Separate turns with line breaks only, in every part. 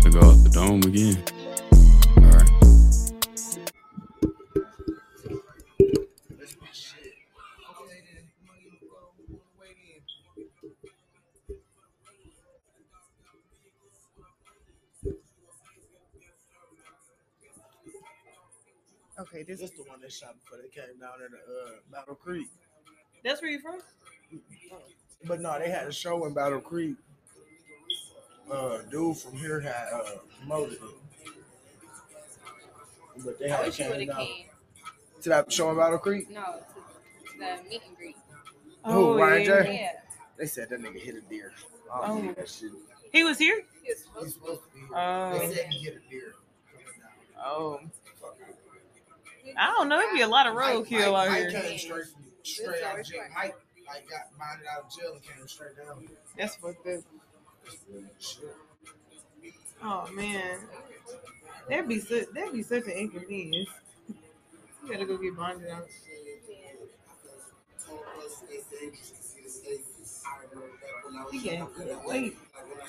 to go off the dome again. All right.
Okay, this
This the one that shot before they came down there to uh, Battle Creek.
That's where you from?
But no, they had a show in Battle Creek. Uh, dude from here had uh, promoted it. But they
I
had
wish you would
came
have
down
came.
to that show in Battle Creek.
No, to the meet and greet.
Who, Ryan
yeah.
J?
Yeah,
They said that nigga hit a deer. I don't
Oh.
believe that shit.
He was here?
he was
He's
supposed to.
supposed to be here.
Oh.
They said he hit a deer. coming down.
Oh.
Fuck out.
I don't know. It'd be a lot of roadkill
Mike-
out
Mike
here.
came straight, from- straight
This
out of
always
jail.
fun.
Mike, Mike got bonded out of jail and came straight down here.
That's fucked up.
Shit.
Oh man. That'd be su- that'd be such an inconvenience. You gotta go get bonded out. We can't wait.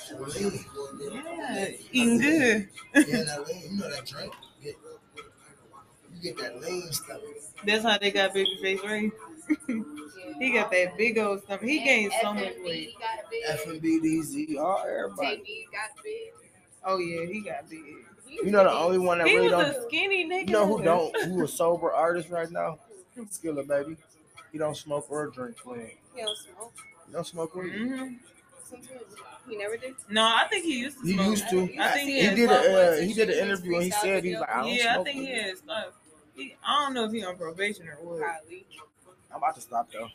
Yeah, eating good.
Yeah, that lean, you know that drink. Get, you get that lean stuff.
That's how they got babyface right.
Yeah.
He got that big old stomach. He
And
gained so much
FNB
weight.
got a big.
F and B, D, Z, all everybody.
TB got a big.
Oh yeah, he got big.
He's
You know the
big.
only one that
He
really
was
don't.
a skinny nigga.
You know who don't? Who a sober artist right now? Skiller baby. He don't smoke or drink. Clean.
He don't smoke.
He don't smoke weed.
Mhm.
Sometimes he never did.
No, I think he used to.
He
smoke.
used to.
I think he,
He
had
did
stopped
a uh,
once and
he did an
she was
interview and he
freestyling
said he's like I don't
yeah, I
smoke.
think he
weed.
had stopped. He, I don't know if he on probation or what.
Probably.
I'm about to stop though.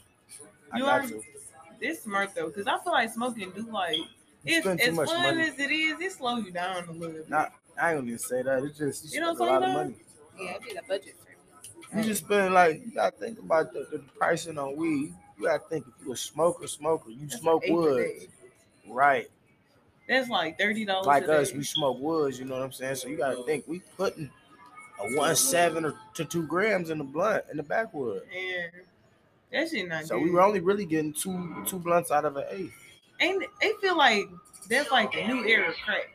I
You
got
are-
to.
It's smart though, because I feel like smoking do like
You
it's
spend
as
too much
fun
money.
as it is. It slows you down a little bit.
Not- I ain't gonna even say that. It's just you,
You know
spend
what
a lot
I'm
of
saying,
money.
Yeah, it'd be the budget for him.
You just spend like you gotta think about the, the pricing on weed. You gotta think if you a smoker, smoker, you
That's
smoke
eight
wood,
days.
right?
That's like thirty dollars.
Like us, we smoke woods. You know what I'm saying? So you gotta think we putting a one seven or to two grams in the blunt in the backwood.
and that shit not
So
good.
we were only really getting two two blunts out of an eighth.
And it feel like that's like the new era of crack.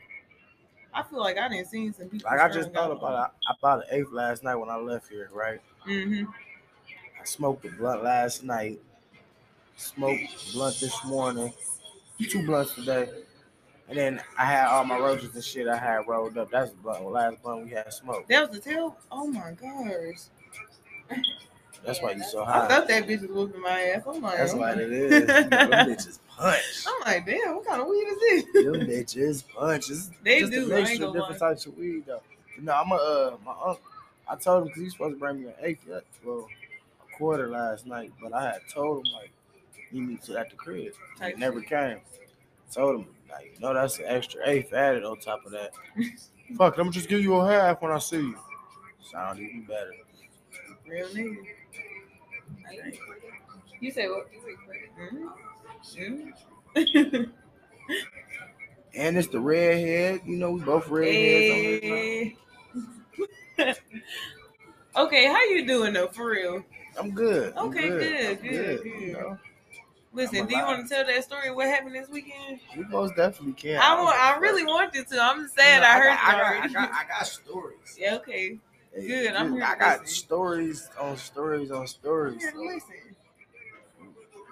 I feel like I didn't seen some people.
Like I just thought about it. I bought an eighth last night when I left here, right?
Mm-hmm.
I smoked a blunt last night. Smoked a blunt this morning. Two blunts today. And then I had all my roaches and shit I had rolled up. That's the blunt. last blunt we had smoked.
That was the tail. Oh my gosh!
That's why you so
I
high.
thought that bitch was whooping my ass. I'm like,
That's
I'm
what
like,
it is. You know, Them bitches punch.
I'm like, damn, what kind of weed is this?
Them bitches punch. It's
They
just
do, I
A
ain't
mixture of
gonna
different types of weed though. No, I'm a uh, my uncle. I told him because he's supposed to bring me an eighth, uh, well, a quarter last night, but I had told him like he needs to at the crib. He
Type
never came. Told him like, no, that's an extra eighth added on top of that. Fuck, I'm just give you a half when I see you. Sound even better.
Real nigga.
Are you recording? You say what? You recording?
Mhm. Mhm.
And it's the redhead. You know, we both redheads. on this night.
Hey. okay, how you doing though? For real.
I'm good. I'm
Okay,
good.
good,
I'm
good,
you
good.
know?
Listen,
I'm
do you
alive.
want to tell that story? What happened this weekend?
we most definitely can.
I
don't
want.
give a
I
fuck.
really wanted to. I'm sad
No,
I heard
got-
you
I
already.
got, I got, I got stories.
yeah. Okay.
Hey,
Good, I'm
dude,
here
I
to
got
listen.
stories on stories on
I'm
stories.
here to listen.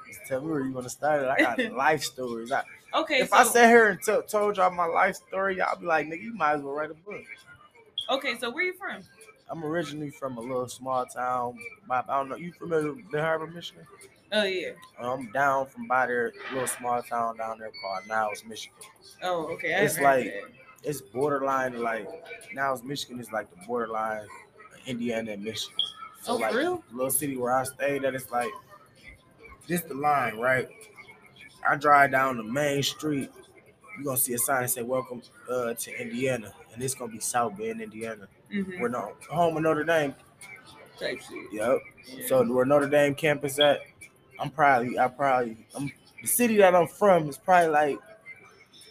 Just Tell me where you want to start it. I got life stories. I,
Okay.
if
so,
I sat here and t- told y'all my life story, y'all be like, nigga, you might as well write a book.
okay, so where you from?
I'm originally from a little small town. By, I don't know. You familiar with Benton Harbor, Michigan?
Oh yeah.
I'm down from by there, little small town down there called Niles, Michigan.
Oh okay. I
It's
haven't heard
like- It's borderline like Niles, Michigan is like the borderline of Indiana and Michigan.
that.
So
oh
like
for real?
little city where I stay that it's like this the line, right? I drive down the main street, you're gonna see a sign that say welcome uh, to Indiana, and it's gonna be South Bend, Indiana.
Mm-hmm.
We're no home of Notre Dame.
Type shit.
Yep.
Yeah.
So where Notre Dame campus at, I'm probably I probably I'm the city that I'm from is probably like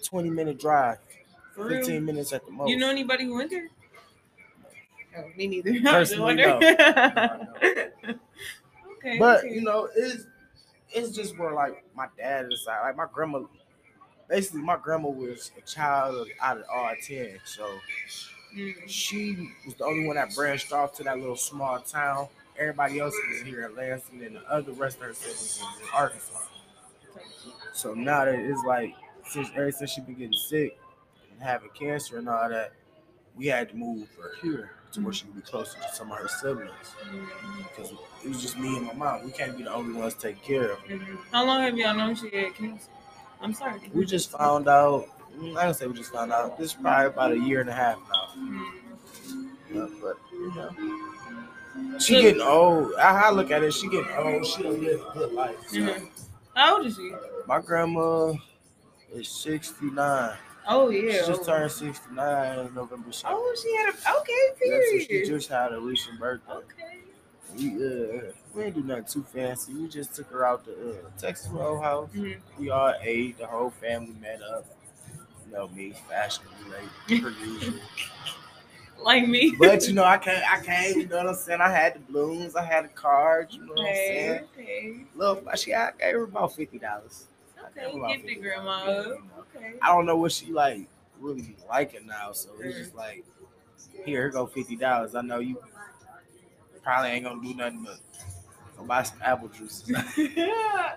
20 minute drive,
for
15
real.
minutes at the most.
You know anybody who went there? No, Oh, me neither.
Personally,
I
no.
was
No,
wondering. okay.
But
okay.
you know, it's it's just where like my dad is like, like my grandma basically my grandma was a child of, out of all ten, so
Mm.
she was the only one that branched off to that little small town. Everybody else was here in Lansing, and the other rest of her siblings was in Arkansas. So now that it's like since ever since she been getting sick and having cancer and all that, we had to move her here to where she could be closer to some of her siblings. Because it was just me and my mom. We can't be the only ones taking care of. her.
Mhm. How long have y'all known she had cancer? I'm sorry.
We just found out. mm, I don't say we just found out. This is probably about a year and a half now.
Mm.
Yeah, but you know, she getting old. I, I look at it. She getting old. She don't live a good life. so.
Mhm. How old is she?
My grandma is sixty nine.
Oh yeah.
she just
oh.
turned sixty nine in November. 7th.
Oh, she had a okay
That's what she
period.
just had a recent birthday.
okay.
We, uh, we didn't do nothing too fancy. We just took her out to uh, Texas Roadhouse. House.
Mhm.
We all ate. The whole family met up. You know me, fashionably late per usual.
Like me.
But you know, I came. I came. You know what I'm saying? I had the balloons. I had the cards. You know what I'm saying?
okay. Okay.
Look, she I gave her about fifty dollars.
Okay. Give the grandma up. Okay.
I don't know what she like really be liking now. So it's just like, here, here go fifty dollars. I know you probably ain't gonna do nothing but go buy some apple juice.
yeah.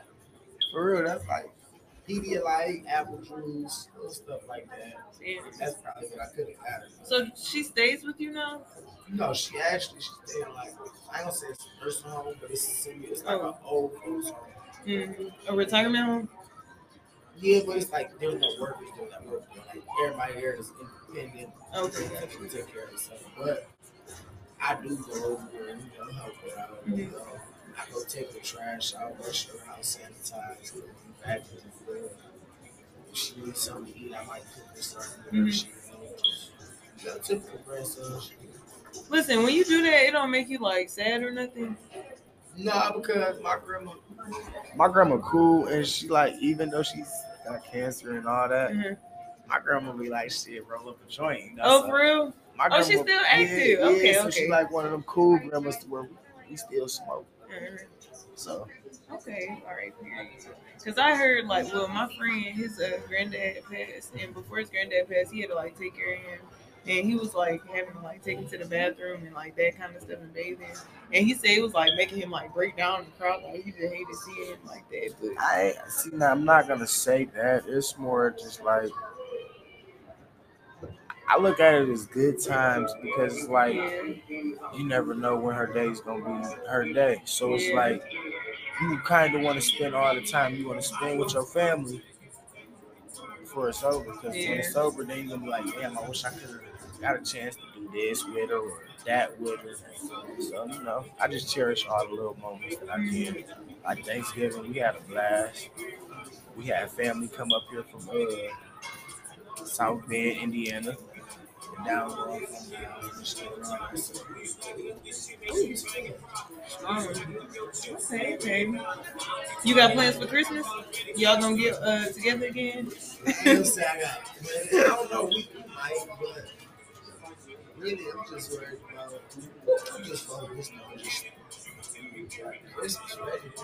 For real, that's like Pedialyte, apple juice, and stuff like that. That's probably what I could have gotten.
So she stays with you now?
No, she actually she stayed like I don't say it's a nursing home, but it's senior. It's like an
Oh.
old folks home.
Mhm. A retirement home?
Yeah, but it's like there's no workers doing that work. though. Like everybody there is independent.
Okay.
They actually take care of themselves. But I do go over there and you know help her out. You
Mhm.
know, I go take the trash out, wash her house, sanitize, her, vacuum the floor. If she needs something to eat, I might cook her something.
Mhm.
She, you know, just, you know, typical grandson.
Listen, when you do that, it don't make you like sad or nothing.
Nah, because my grandma, my grandma cool, and she like even though she's got cancer and all that,
Mhm.
my grandma be like, shit, roll up a joint. You know,
Oh,
so
for real?
my
Oh, she's still active.
Yeah,
Okay,
yeah, so
okay.
she like one of them cool grandmas to where we still smoke.
Mhm.
So
Okay, all right, period. Because I heard like, well, my friend, his uh, granddad passed, and before his granddad passed, he had to like take care of him, and he was like having to like take him to the bathroom and like that kind of stuff and bathing, and he said it was like making him like break down and cry, like he just hated seeing him like that. But
I ain't- see now. I'm not gonna say that. It's more just like I look at it as good times because it's like
yeah,
you never know when her day's gonna be her day. So it's
Yeah.
like you kind of want to spend all the time you want to spend with your family before it's over. Because when it's
Yeah.
over, then you're gonna be like, damn, I wish I could have got a chance to do this with her or that with her. So you know, I just cherish all the little moments that I get. Like Thanksgiving, we had a blast. We had family come up here from uh, South Bend, Indiana. Down from
um, okay, okay. You got plans for Christmas? Y'all gonna get uh, together again?
I'm saying? I got- I don't know. We might, but really, I'm just worried about. I'm just focused on just Christmas, right?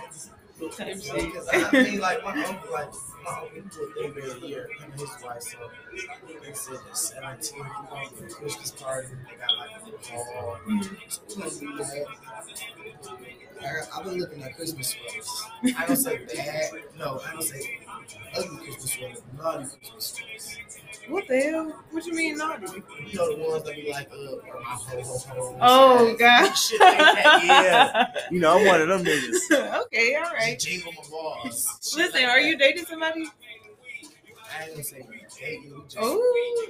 Type shit.
Because I mean, like my uncle, like my uncle do a thing every year. Him and his wife, so they said the 17th, we're going to "Oh, the Christmas party. They got like a little hall.
Mhm.
So we're gonna do that. I- I've been looking at Christmas sweaters. I don't say bad. No, I don't say ugly Christmas sweaters. Naughty Christmas sweaters.
What the hell? What you mean naughty?
You know the ones that be like, uh, or my ho ho ho.
Oh gosh.
Shit like that,
You know, I'm one of them niggas.
okay, all
yeah.
right.
Jingle my balls. Shit
Listen,
like
are
that.
you dating somebody?
I ain't gonna say we dating. We just
Oh,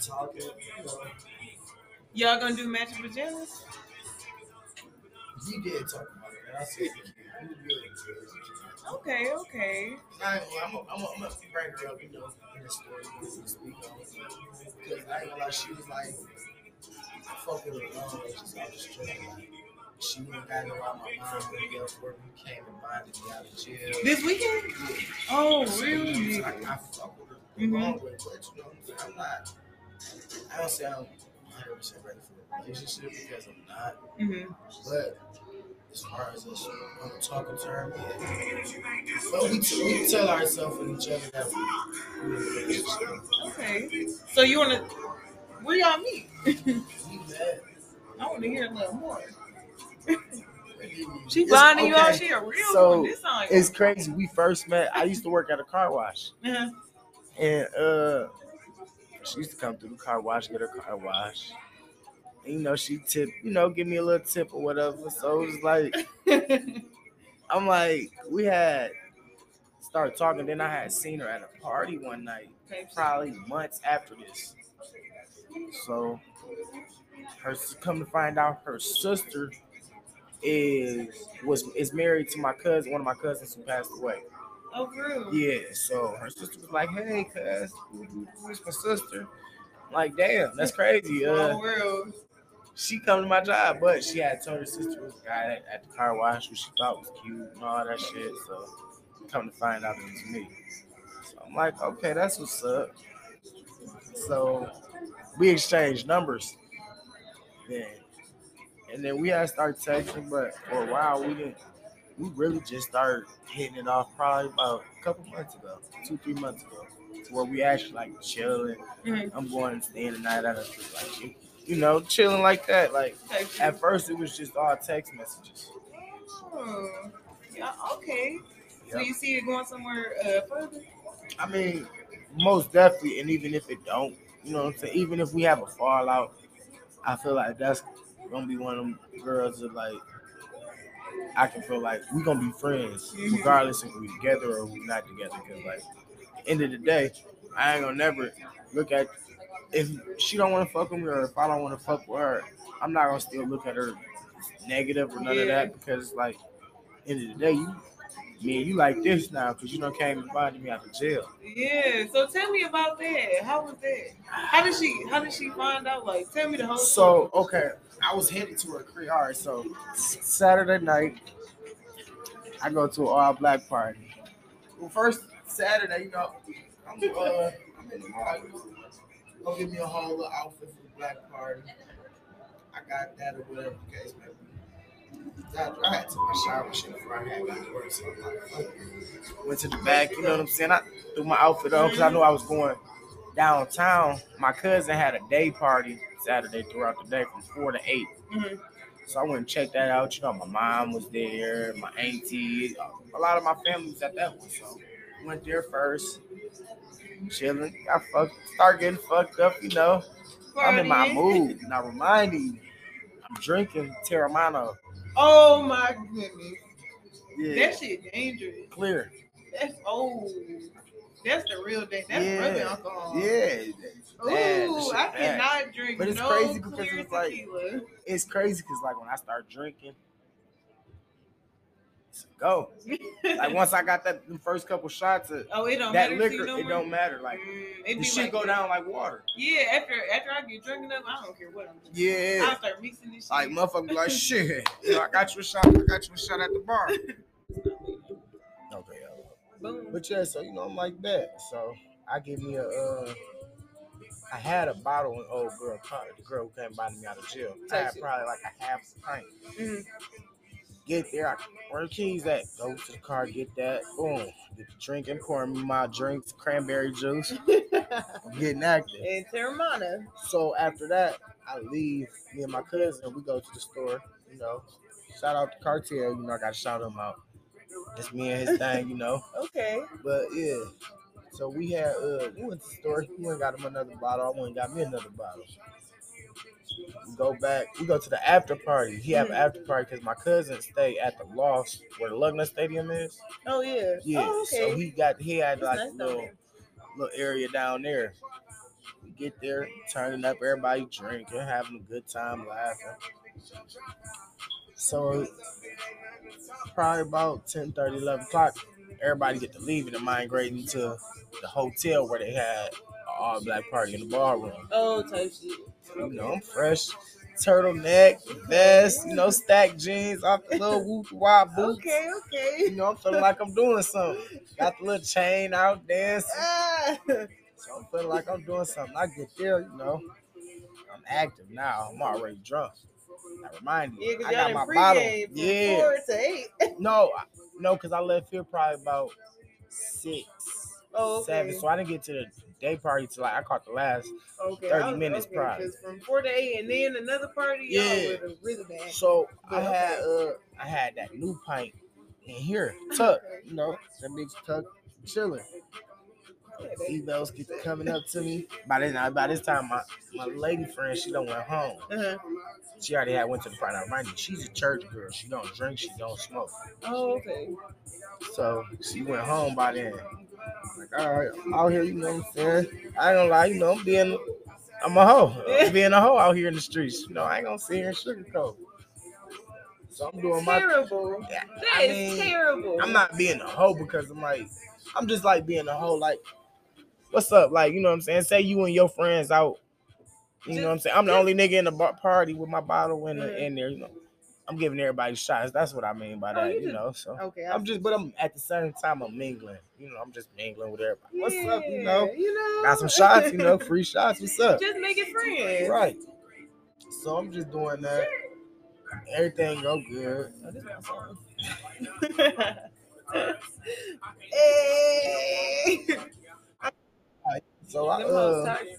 talking. You know,
y'all gonna do matching pajamas?
we did talk about it. And I said, we really good.
Okay, okay.
I ain't gonna, I'm gonna, I'm gonna bring her up, you know, in the story you know, this week. Because I ain't gonna lie, she was like, I fuck with her long ways, I was trying like, she went back around my mom, and the for me, came and bonded me out of jail.
This weekend? Oh,
So,
really?
Like, I fuck with her the long way, but you know what I'm saying? I'm not, I don't say
Mm-hmm.
I'm 100% ready for a relationship because I'm not,
hmm
but
as far as us on a talking term. yeah. But we, t- we tell ourselves and each other that we, we in a relationship.
Okay. So you wanna where y'all meet?
We mad.
I wanna hear a little more.
It's-
She blinding you out.
okay.
She a real
So,
one. This song.
It's crazy. We first met. I used to work at a car wash,
Uh-huh.
and uh, she used to come through the car wash, get her car wash. And, you know, she tip. You know, give me a little tip or whatever. So it was like I'm like we had started talking. Then I had seen her at a party one night.
Okay.
probably months after this. So, her come to find out, her sister is was is married to my cousin, one of my cousins who passed away.
Oh, real.
Yeah, so her sister was like, "Hey, cuz, where's my sister?" I'm like, damn, that's crazy. Uh,
Oh, real.
she come to my job, but she had told her sister was a guy at, at the car wash who she thought was cute and all that shit. So, come to find out, it was me. So I'm like, okay, that's what's up. So we exchanged numbers. Then and then we had started texting, but for a while we didn't we really just started hitting it off probably about a couple months ago, two, three months ago. To where we actually like chilling.
Mhm.
I'm going and staying the night at a like you, you know, chilling like that. Like
Okay.
at first it was just all text messages.
Oh. Yeah, okay. So
Yep.
you see it going somewhere uh, further?
I mean, most definitely, and even if it don't, you know what I'm saying? Even if we have a fallout, I feel like that's gonna be one of them girls that like I can feel like we gonna be friends,
Mhm.
regardless if we together or we not together. Cause like end of the day, I ain't gonna never look at if she don't wanna fuck with me or if I don't wanna fuck with her, I'm not gonna still look at her negative or none of
Yeah.
that because like end of the day you me and you like this now because you don't came and bonded me out of jail.
Yeah. So tell me about that. How was that? How did she? How did she find out? Like, tell me the whole.
So okay,
I was headed to her career. All right, so
Saturday night, I go to an all black party.
well, first Saturday, you know, I'm uh, I'm in the mall. you know, Go give me a whole little outfit for the black party. I got that or whatever the case may be. I, I had to take my shower and shit before I had got to work, so I'm like, fuck it.
Went to the back, you know what I'm saying? I threw my outfit on because I knew I was going downtown. My cousin had a day party Saturday throughout the day from four to 8
Mhm.
So I went and checked that out. You know, my mom was there, my auntie, a lot of my family was at that one. So went there first, chilling. I fucked, start getting fucked up, you know. I'm in my
party.
mood. Now remind you, I'm drinking Terramano.
Oh my goodness.
Yeah,
That shit dangerous.
clear.
That's old. That's the real thing. That's
Yeah.
rubbing alcohol.
Yeah.
Ooh, I cannot drink
But it's
no
crazy because
clear
it's like-
tequila.
It's crazy because like when I start drinking, it's a go. Like once I got that them first couple shots of
oh, it don't
that
matter to you
liquor,
no
it
more?
don't matter. Like
Mm, it
the
be
shit
like
go
that.
down like water.
Yeah, after after I get drunk enough, I don't care what I'm doing. I
Yeah.
start mixing this shit.
Like motherfucker, be like shit. You know, I got you a shot. I got you a shot at the bar. Okay.
Boom.
But yeah, so you know, I'm like that. So I give me a, uh, I had a bottle in old girl car, the girl who came by me out of jail. I had probably like a half a pint.
Mhm.
Get there, I, where the keys at? Go to the car, get that. Boom, get the drink and pour me my drinks, cranberry juice. I'm getting active.
And Terramana.
So after that, I leave. Me and my cousin, we go to the store. You know, shout out to Cartel. You know, I got to shout him out. It's me and his thing. You know.
Okay.
But yeah, so we had uh, we went to the store. He went and got him another bottle. I went and got me another bottle. We go back. We go to the after party. He have an after party because my cousin stay at the loft where the Lugner Stadium is.
Oh yeah.
Yeah,
Oh, okay.
so he got he had
That's
like
nice
a
down
little
there.
little area down there. We get there, turning up, everybody drinking, having a good time, laughing. So probably about 10, 11 o'clock, everybody get to leaving and migrating to the hotel where they had an all black party in the ballroom.
oh type shit.
You know, I'm fresh, turtleneck, vest, you know, stack jeans, off the little whoop wop boots.
Okay.
You
Okay.
know, I'm feeling like I'm doing something. Got the little chain out dancing.
Ah.
So I'm feeling like I'm doing something. I get there, you know. I'm active now. I'm already drunk. I reminded
Yeah,
you.
because
I
y'all
got
done
my bottle.
pregame from
Yeah.
four to eight.
No, I- no, because I left here probably about six,
Oh, okay.
seven. So I didn't get to the day party till like I caught the last.
Okay,
30
I was-
minutes
okay,
probably.
'cause From four to eight, and then another party. Y'all
Yeah.
would have really bad.
So I had uh I had that new pint in here, tuck. You know that bitch tuck chilling. Females keep coming up to me. By this by this time, my, my lady friend she done went home.
Uh-huh.
She already had went to the party. Now, mind you, she's a church girl. She don't drink. She don't smoke.
Oh, okay.
So she went home by then. Like, all right, I'm out here, you know what I'm saying? I ain't gonna lie, you know, I'm being, I'm a hoe. I'm being a hoe out here in the streets. You know, I ain't gonna sit here and sugarcoat. So I'm doing my
terrible. That is
I mean,
terrible.
I'm not being a hoe because I'm like, I'm just like being a hoe. Like, what's up? Like, you know what I'm saying? Say you and your friends out. You know what I'm saying? I'm the only nigga in the bar- party with my bottle in, the, in there. You know, I'm giving everybody shots. That's what I mean by
Mm-hmm. Oh, you
that. you
just-
know, so.
Okay. I-
I'm just, but I'm at the same time I'm mingling. You know, I'm just mingling with everybody. What's up? You
Yeah,
know,
You know.
got some shots. You know, free shots. What's up?
just make it friends.
Right. So I'm just doing that. Everything go good.
Oh, this my song. hey.
So I
Them hoes
uh,
toxic.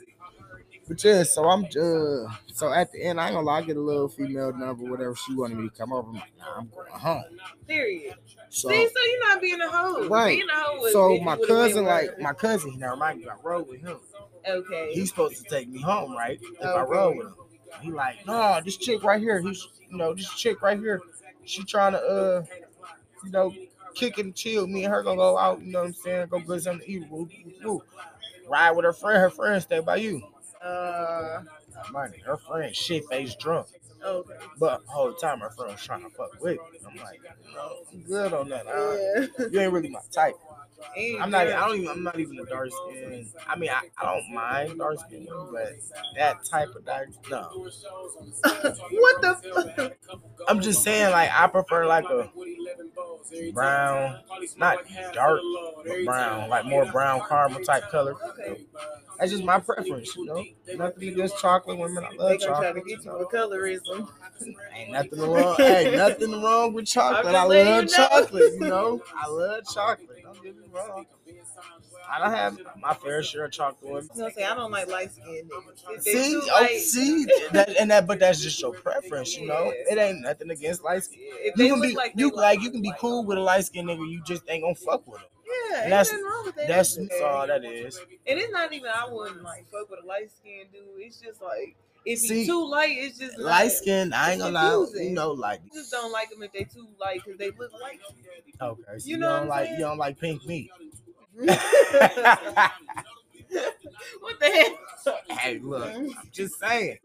but yeah. So I'm uh, so at the end I ain't gonna lie. I get a little female number, whatever she wanted me to come over. I'm like, nah, I'm going home.
Period.
So.
See, so you're not being a hoe.
Right.
Being a hoe is
So
if you
my
would've been
cousin, like
worried.
my cousin, he now remind you, I rode with him.
Okay.
he's supposed to take me home, right? If I
Okay.
rode with him. He like, nah, this chick right here, he's you know, this chick right here, she trying to uh you know, kick and chill. Me and her gonna go out, you know what I'm saying, go get something to eat, woo, woo, woo. ride with her friend, her friend stay by you.
Uh.
Mind you, her friend shit face drunk.
Okay.
But the whole time her friend was trying to fuck with me. I'm like, no, I'm good on that. I-
Yeah.
you ain't really my type.
Ain't
Uh, I'm not.
good.
I don't even. I'm not even a dark skin. I mean, I, I don't mind dark skin, women, but that type of dark. No,
what the?
I'm just saying. Like I prefer like a brown, not dark, but brown, like more brown caramel type color. That's just my preference, you know. Nothing against chocolate women. I
They
love
gonna try to
chocolate.
get you with colorism.
Ain't nothing wrong. hey, nothing wrong with chocolate.
just
I
letting
love
you know.
chocolate. You know, I love chocolate. Don't get me wrong. I don't have my fair share of chocolate women.
You know what I'm saying? I don't like light skinned niggas. If they
See,
too
oh,
light-
see, that, and that, but that's just your preference, you know. It ain't nothing against light skin.
If they
You can
look
be,
like they
you like, you can be cool with a light skinned nigga. You just ain't gonna fuck with him.
Yeah, ain't
That's-
nothing wrong with that.
That's,
either.
that's all that is.
And it's not even I wouldn't like fuck with a light skinned dude. It's just like if
See,
he's too light, it's just not-
Light skin, I ain't gonna lie, you know, like
I just don't like them if they too light because they look like.
okay, so
You
you,
know what I'm
don't like,
saying?
you don't like pink meat.
what the heck?
hey, look,
Mm-hmm.
I'm just saying.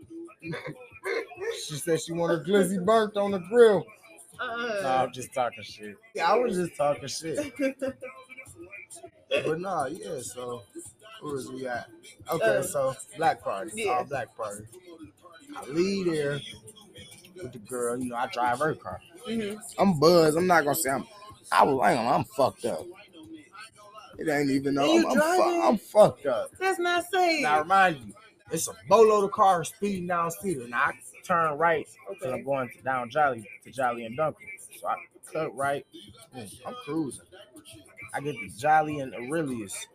she said she wanted glizzy burnt on the grill. No,
Uh,
I'm just talking shit. Yeah, I was just talking shit. but nah, yeah, so where is we at? Okay,
Uh,
so black party.
yeah.
All black party. I leave there with the girl, you know, I drive her car.
mhm.
I'm buzzed. I'm not gonna say I'm I was like I'm fucked up. It ain't even
And you
I'm, I'm, fu-
driving?
I'm fucked up.
That's not safe.
Now I remind you, it's a boatload of cars speeding down Cedar, and I turn right because
Okay.
I'm going to down Jolly to Jolly and Duncan. So I cut right. Boom, I'm cruising. I get to Jolly and Aurelius.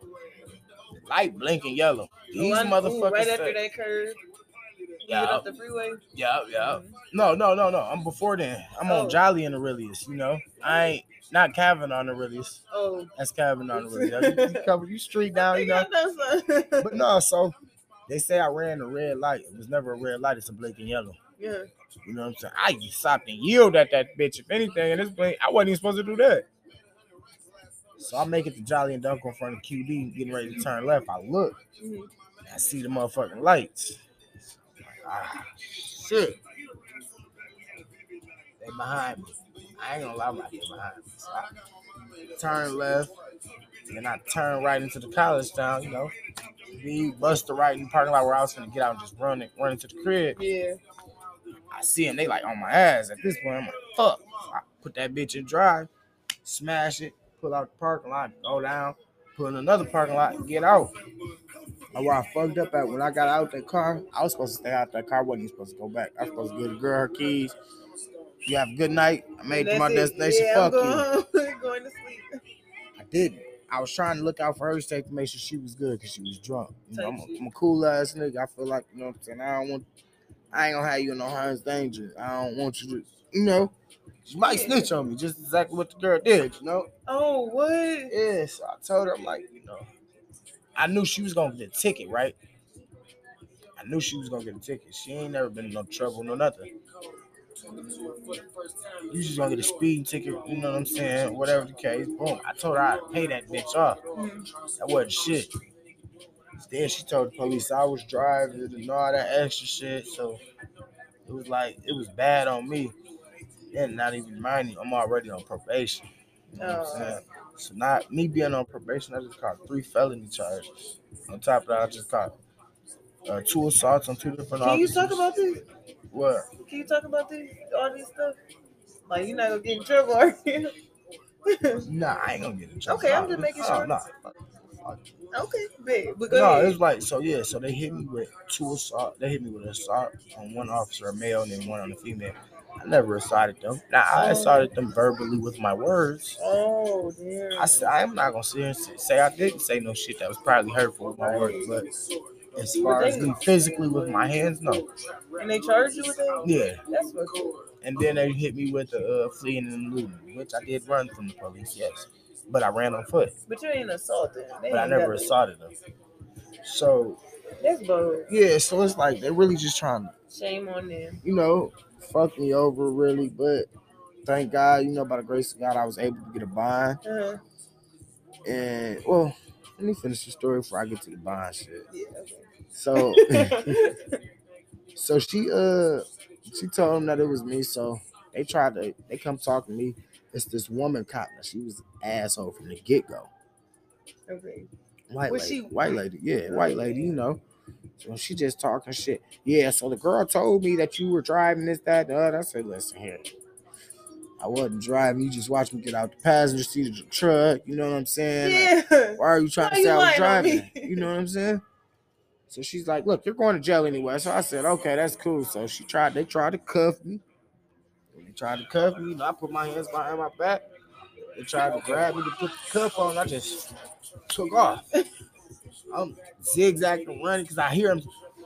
The light blinking yellow. These
One- ooh,
motherfuckers.
Right
say-
after that curve, you
Yeah.
get off the freeway.
Yeah, yeah.
Mhm.
No, no, no, no. I'm before then. I'm
Oh.
on Jolly and Aurelius. You know, I ain't not Kavanaugh and Aurelius.
Oh,
That's Kavanaugh and Aurelius. You, you cover you street down. You know,
that's
but no. So they say I ran a red light. It was never a red light. It's a blinking yellow.
yeah.
You know what I'm saying? I even stopped and yelled at that bitch. If anything, and this blink, I wasn't even supposed to do that. So I make it to Jolly and Dunk in front of QD, getting ready to turn left. I look,
Mhm.
and I see the motherfucking lights. Ah, shit. They behind me. I ain't gonna lie, I'm like, they behind me. So I turn left, and I turn right into the college town, you know. We bust the right in the parking lot where I was gonna get out and just run it, run into the crib.
Yeah.
I see them, they like on my ass at this point. I'm like, fuck. I put that bitch in drive, smash it, pull out the parking lot, go down, put in another parking lot, and get out. And where I fucked up at when I got out the car, I was supposed to stay out that car. I wasn't supposed to go back. I was supposed to give the girl her keys. You have a good night. I made it to my
That's it.
destination.
Yeah,
Fuck
I'm
you.
going, home, going to sleep.
I didn't. I was trying to look out for her safe to make sure she was good because she was drunk. You know, I'm, a,
Type shit.
I'm a cool ass nigga. I feel like you know what I'm saying. I don't want. I ain't gonna have you in no harm's danger. I don't want you to. You know, she might
Yeah.
snitch on me. Just exactly what the girl did. You know.
Oh, what?
Yeah. So I told her I'm like, you know, I knew she was gonna get a ticket, right? I knew she was gonna get a ticket. She ain't never been in no trouble, no nothing. You just gonna get a speeding ticket, you know what I'm saying? Whatever the case. Boom. I told her I'd pay that bitch off.
Mhm.
That wasn't shit. Then she told the police I was driving and all that extra shit. So it was like it was bad on me. And not even mind you, I'm already on probation. You know what I'm
Oh.
saying? So not me being on probation, I just caught three felony charges. On top of that, I just caught uh, two assaults on two different
Can you
officers.
talk about this?
what?
Can you talk about this? All this stuff? Like you're not gonna get in trouble, are you?
Nah, I ain't gonna get in trouble.
Okay, I'm just making
Oh,
sure.
nah.
okay, bet. But go
No,
ahead.
it's like so. Yeah, so they hit me with two assault. They hit me with an assault on one officer, a male, and then one on a female. I never assaulted them. Now I assaulted them verbally with my words.
Oh damn.
I said I'm not gonna sit here and say- say I didn't say no shit that was probably hurtful with my words, but as far as me physically with my hands, no.
and they charge you with that?
Yeah,
That's what cool.
and then they hit me with the uh, fleeing and eluding, which I did run from the police, yes, but I ran on foot,
But you ain't assaulted. They
but I
ain't
never
got-
assaulted them. So
That's bold.
yeah, so it's like they're really just trying to
Shame on them.
you know, fuck me over really, but thank God, you know, by the grace of God, I was able to get a bond.
Uh-huh.
And well, let me finish the story before I get to the bond shit.
Yeah,
So,
okay.
so she uh, she told him that it was me. So they tried to they come talk to me. It's this woman cop. Now, She was an asshole from the get go.
okay.
White
Was
lady,
she-
white lady, yeah, white lady, you know. So she just talking shit. Yeah, so the girl told me that you were driving this, that, and the other. I said, listen here. I wasn't driving. You just watched me get out the passenger seat of the truck. You know what I'm saying? Like,
Yeah.
why are you trying to
Why you
say I was
lying on
driving?
me?
You know what I'm saying? So she's like, look, you're going to jail anyway. So I said, okay, that's cool. So she tried, they tried to cuff me. When they tried to cuff me, you know, I put my hands behind my back. They tried to grab me to put the cuff on. I just took off. I'm zigzagging, running because I hear him,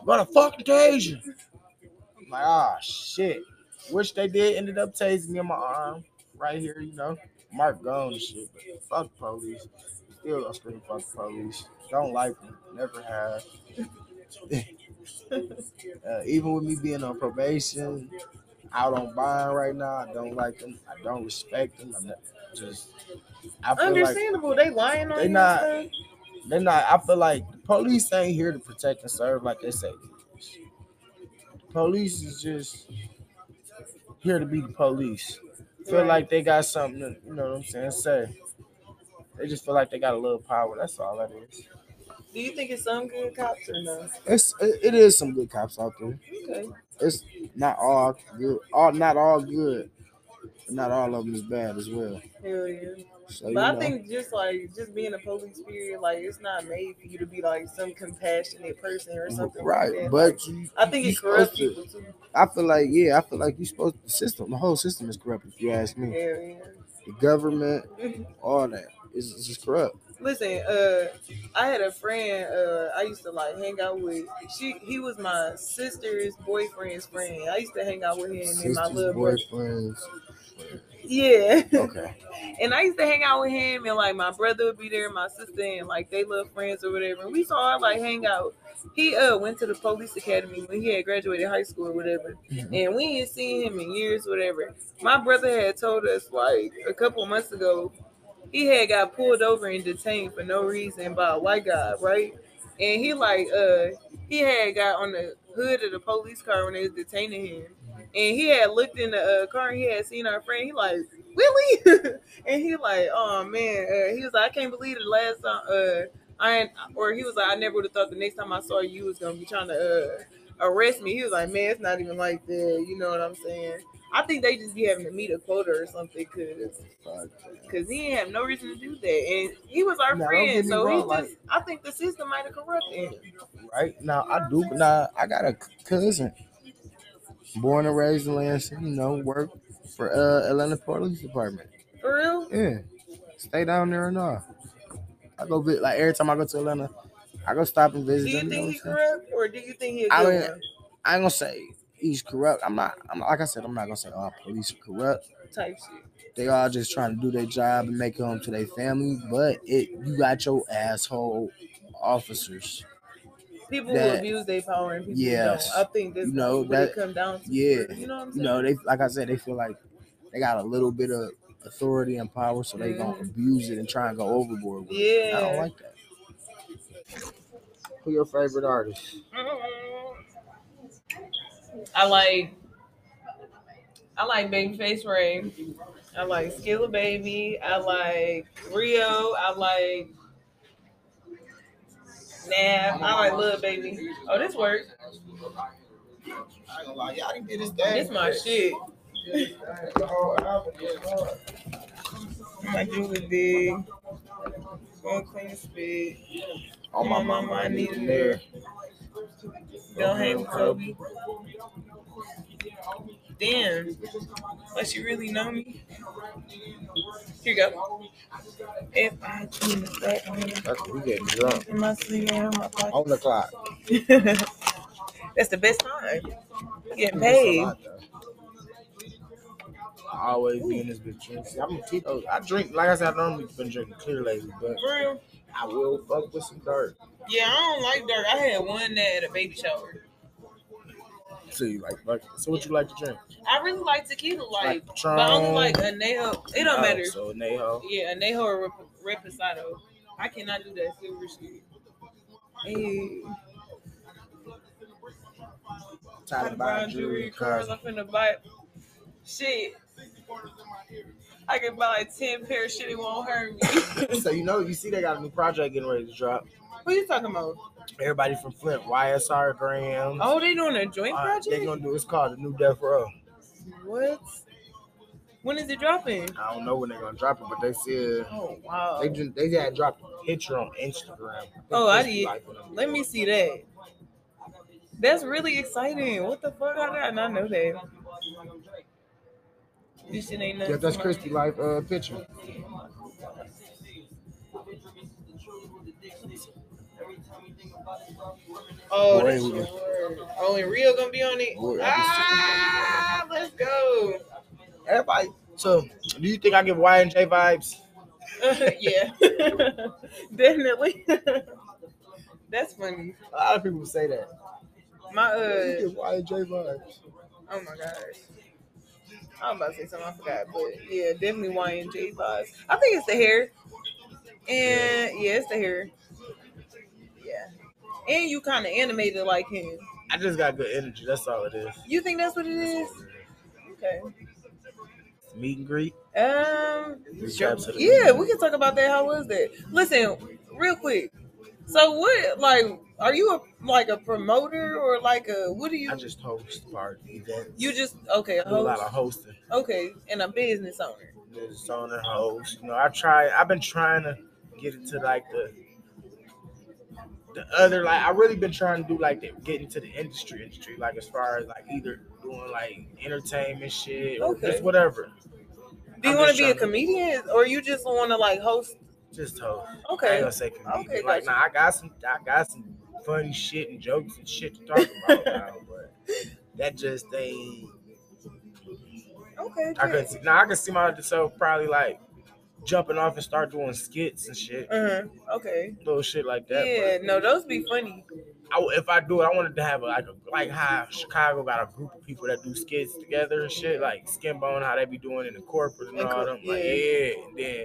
gonna fucking tase you. I'm like, ah, shit. Which they did ended up tasing me in my arm right here, you know. Mark gone and shit. But fuck police. Still gonna scream fuck police. Don't like them. Never have. uh, even with me being on probation, out on bond right now, I don't like them. I don't respect them. I'm not, just I feel like
Understandable. they lying on
They
you. and
not-
stuff?
they're not. I feel like the police ain't here to protect and serve like they say. they is. The police is just here to be the police. Feel
Right.
like they got something, to, you know what I'm saying? Say they just feel like they got a little power. That's all that is.
Do you think it's some good cops or no?
It's it, it is some good cops out there.
Okay.
It's not all good. All not all good. But not all of them is bad as well.
Hell yeah. But
So Oh, you
I
know,
think just like just being a police period, like it's not made for you to be like some compassionate person or something.
right,
Like that.
but you,
I think
you
it corrupts
supposed to-
people too.
I feel like yeah, I feel like you supposed the system, the whole system is corrupt. If you ask me,
Hell
the government,
yeah.
all that is is just corrupt.
Listen, uh, I had a friend uh, I used to like hang out with. She he was my sister's boyfriend's friend. I used to hang out with him and my
Sisters,
little brother.
boyfriends.
Yeah,
Okay.
and I used to hang out with him and like my brother would be there, my sister and like they little friends or whatever. And we saw like hang out. He uh went to the police academy when he had graduated high school or whatever, and we ain't seen him in years, whatever. My brother had told us like a couple months ago he had got pulled over and detained for no reason by a white guy, right? And he like uh he had got on the hood of the police car when they was detaining him, and he had looked in the uh, car and he had seen our friend. He like Willie, and he like oh man, uh, he was like I can't believe the last time uh I or he was like I never would have thought the next time I saw you you was gonna be trying to uh arrest me. He was like man, it's not even like that, you know what I'm saying? I think they just be having to meet a quota or something because
Fuck,
because he didn't have no reason to do that. And he was our
Now, don't get
friend,
me
so he
wrong,
just,
like-
I think the system might have corrupted him.
right now I do. Now I got a c- cousin, born and raised in Lansing. You know, worked for uh, Atlanta Police Department.
For real?
Yeah, stay down there and all. I go vi- like every time I go to Atlanta, I go stop and
Do
visit
you
them. you know
think he
what I'm saying?
corrupt or do you think he a
I
good
mean, I ain't gonna say he's corrupt. I'm not. I'm like I said, I'm not gonna say all police are corrupt.
one type shit?
They all just trying to do their job and make it home to their family. But it, you got your asshole officers.
People who
That-
abuse their power and people who
Yes.
don't. I think this
You know,
what
that-
it come down to.
Yeah,
You know what I'm
you
saying?
know they like I said, they feel like they got a little bit of authority and power, so they gonna abuse it and try and go overboard with it. I don't
Yeah.
like that. Who your favorite artist?
I like I like Babyface Ray. I like Skilla Baby. I like Rio. I like Nav. I like Lil Baby. Oh, this works.
I ain't gonna lie, y'all done did this thing.
This my shit.
The whole album is hard.
I do with big. One clean spit.
Oh
my mama, I need a mirror. Don't hang with Kobe. Damn. But she really know me. Here you go. If I dream of that man
That's, we get drunk.
in my sleep and in my
On the clock.
pocket. That's the best time. Getting paid.
I always be in this bitch drinking. I'm gonna keep those. I drink, like I said, I normally been drinking clear lately, but
For real?
I will fuck with some dirt.
Yeah, I don't like dirt. I had one that at a baby shower.
So you like, fuck it. So what you like to drink?
I really like tequila, like, but
Patron.
I only like anejo. It don't
Oh,
matter.
So Neho.
Yeah, anejo or rep- reposado. I cannot do that silver shit. Hey.
Tyler
Kinda
Bond,
buying
Jewelry,
jewelry, cars.
Cosby.
I'm finna buy shit. I can buy like ten pair of shit. It won't hurt me.
so you know, you see, they got a new project getting ready to drop.
what you talking about?
Everybody from Flint, YSR Graham.
Oh, they doing a joint
Uh, they
project?
gonna do. It's called the New Death Row.
What? When is it dropping?
I don't know when they're gonna drop it, but they said
Oh wow.
they just they had dropped a picture on Instagram.
Oh, I
Just
did.
liking them.
Let me see that. That's really exciting. What the fuck? How did I not know that? This shit ain't nothing.
Yeah, that's
to my-
Christy Life uh, picture.
Oh,
Boy,
that's
we-
your word. Oh, and Rio gonna be on it.
Boy, I
ah,
can see-
let's go.
Everybody. So, do you think I give Y and J vibes?
yeah, definitely. that's funny.
A lot of people say that.
My
You
uh,
give Y and J vibes.
oh my gosh. I'm about to say something I forgot, but yeah, definitely YNJ vibes. I think it's the hair, and yeah, it's the hair. Yeah, and you kind of animated like him.
I just got good energy. That's all it is.
You think that's what it is? Okay.
Meet and greet.
Um,
Just
sure.
grab to the-
yeah, we can talk about that. How was that? Listen, real quick. So what, like, are you a, like a promoter or like a what do you?
I just host party events.
you just okay, a
do a lot of
host,
hosting.
okay, and a business owner.
Just on and host. You know, I try. I've been trying to get into like the the other like I really been trying to do like the, get into the industry industry like as far as like either doing like entertainment shit or
Okay.
just whatever.
Do you
I'm
want to
just
be a
tryna-
comedian or you just want to like host?
Just host. I ain't
Okay,
gonna say comedian.
Okay,
like,
gotcha.
nah, I got some, I got some funny shit and jokes and shit to talk about now, but that just ain't.
okay,
I could see. Now I could see myself probably like jumping off and start doing skits and shit,
uh okay,
little shit like that.
yeah, no, those be funny.
But I, if I do it, I wanted to have a, like a, like how Chicago got a group of people that do skits together and shit, like Skinbone, how they be doing in the corporate and
In
all
cor-
them. Like,
yeah.
yeah, and then.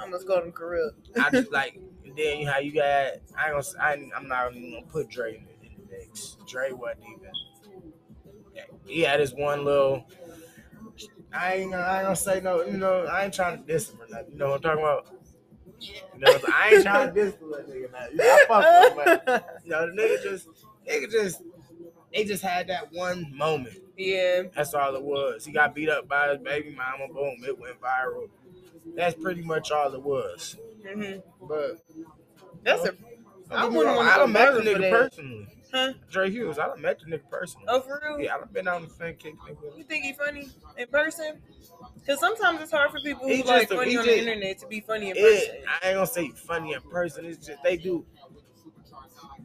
I'm just going to Korea.
I just like and then you how you got I ain't gonna s- I ain't, I'm not even gonna put Dre in the, in the mix. Dre wasn't even. Yeah, he had his one little. I ain't gonna, I ain't gonna say no. You know I ain't trying to diss him or nothing. You know what I'm talking about. You know, so I ain't trying to diss the little nigga. Now. You know, I fuck with him, but you know, the nigga just, nigga just, they just had that one moment.
Yeah.
That's all it was. He got beat up by his baby mama. Boom, it went viral. That's pretty much all it was.
hmm
But
That's a. I
I,
wouldn't wanna
I done
go
met the
back for
nigga
that.
personally.
Huh?
Dre Hughes, I done met the nigga personally.
Oh, for real?
Yeah, I done been out in the fan cake nigga.
You think he funny in person? Because sometimes it's hard for people who
He just
like
a-
funny
he
on the
just-
internet to be funny in person.
It, I ain't gonna say funny in person. It's just they do.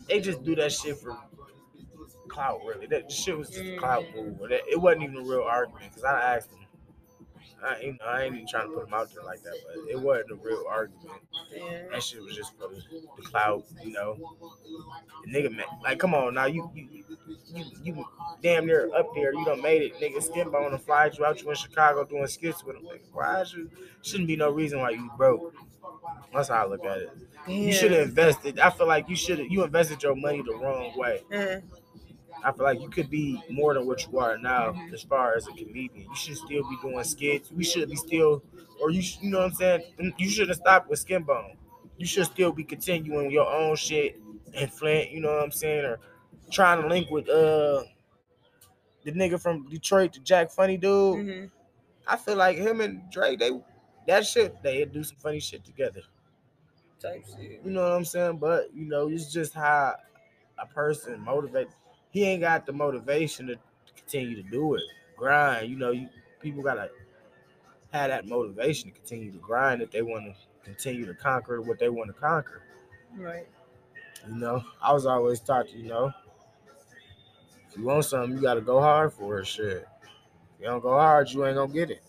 They just do that shit for clout, really. That shit was just a clout
Mm.
move. That- It wasn't even a real argument because I asked him. I, you know, I ain't even trying to put him out there like that, but it wasn't a real argument.
Yeah.
That shit was just for the clout, you know. The nigga, man, like, come on now, you you, you you damn near up there. You done made it, nigga. Skin bone and fly you out. You in Chicago doing skits with him. Like, why should shouldn't be no reason why you broke. That's how I look at it. You should have invested. I feel like you should have you invested your money the wrong way.
Uh,
I feel like you could be more than what you are now as far as a comedian. You should still be doing skits. We should be still, or you, sh- you know what I'm saying? You shouldn't stop with skin bone. You should still be continuing your own shit and Flint, you know what I'm saying? Or trying to link with uh the nigga from Detroit, the Jack Funny dude.
mhm.
I feel like him and Drake, they that shit, they do some funny shit together.
Type shit.
You know what I'm saying? But you know, it's just how a person motivate. He ain't got the motivation to continue to do it. Grind. You know, you people gotta have that motivation to continue to grind if they want to continue to conquer what they want to conquer.
Right.
You know, I was always taught, you know, if you want something, you gotta go hard for it. Shit, if you don't go hard, you ain't gonna get it.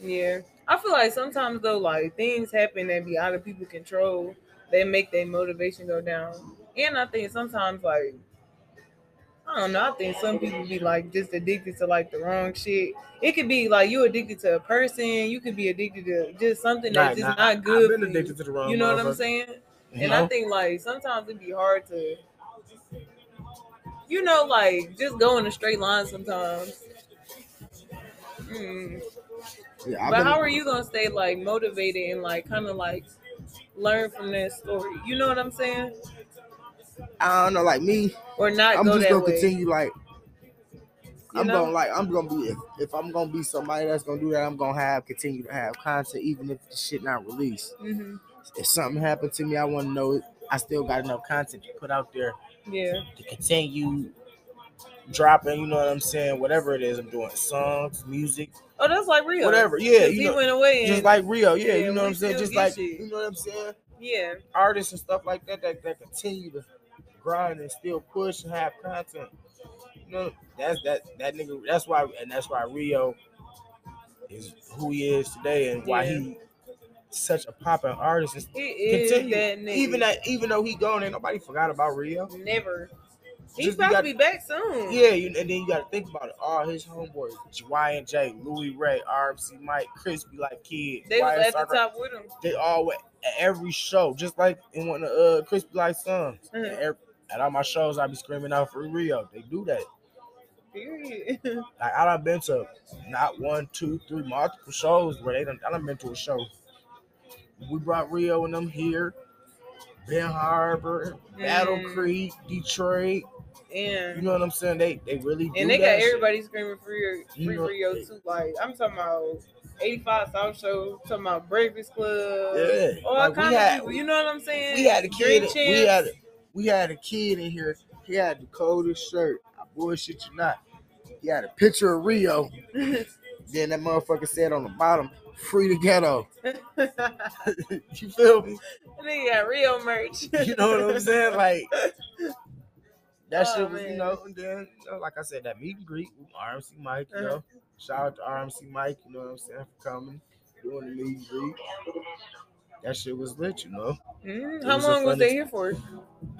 Yeah. I feel like sometimes though, like things happen that be out of people's control. They make their motivation go down. And I think sometimes like I don't know. I think some people be like just addicted to like the wrong shit. It could be like you addicted to a person. You could be addicted to just something that's
Nah,
just
nah,
not good.
I've been
for you.
addicted to the wrong.
You know what I'm
motherfucker,
saying?
you
And
know?
I think like sometimes it'd be hard to, you know, like just go in a straight line sometimes. Mm.
Yeah, I've
But
been-
how are you gonna stay like motivated and like kind of like learn from that story? You know what I'm saying?
I don't know, like me.
Or not
I'm
go
just
that
gonna
way?
continue like
you
I'm
know?
gonna like I'm gonna be if, if I'm gonna be somebody that's gonna do that, I'm gonna have continue to have content even if the shit not released.
Mhm.
If something happened to me, I wanna know it. I still got enough content to put out there
Yeah.
to continue dropping, you know what I'm saying? Whatever it is I'm doing, songs, music,
Oh, that's like real.
whatever. Yeah,
he
you know,
went away.
just
and-
like Rio, yeah,
Yeah,
you know what
we
I'm saying?
still
Just
get
like
shit.
you know what I'm saying?
yeah.
artists and stuff like that that, that continue to grind and still push and have content. You know, that's that that nigga. That's why, and that's why Rio is who he is today, and why he such a popping artist. Is
It is
continue.
that nigga.
even that, even though he gone, ain't nobody forgot about Rio.
never. He's
Just you
supposed
got-
to be back soon.
Yeah, you, and then you got to think about it. All his homeboys, and J, Louis Ray, RMC Mike, Crispy Like Kid,
They was
YS
at the
Arca-
top with him.
they all went at every show, just like in one of uh Crispy Light Sons.
Mhm.
At, every- at all my shows, I be screaming out for Rio. They do that.
Period.
Like I done been to not one, two, three, multiple shows where they done. I done been to a show. We brought Rio and them here, Ben Harbor, Battle
Mhm.
Creek, Detroit.
and
You know what I'm saying? They they really do
And they
that
got
shit.
everybody screaming free,
You
free
know-
Rio too. Like I'm talking about 85 South Show, talking about Breakfast Club,
Yeah,
all
Like, we
kinds
had-
of people. You know what I'm saying?
We had a
Dream
kid.
Champs.
We had a, we had a kid in here. He had the coldest shirt. I bullshit you not. He had a picture of Rio. then that motherfucker said on the bottom, "Free the ghetto." you feel me?
And they got Rio merch.
You know what I'm saying? Like that
Oh,
shit was, you
man.
know. And then, you know, like I said, that meet and greet with RMC Mike. You
Uh-huh.
know, shout out to RMC Mike. You know what I'm saying for coming, doing the meet and greet. That shit was lit, you know.
Mm,
It
how
was a
long was
fun
they here for?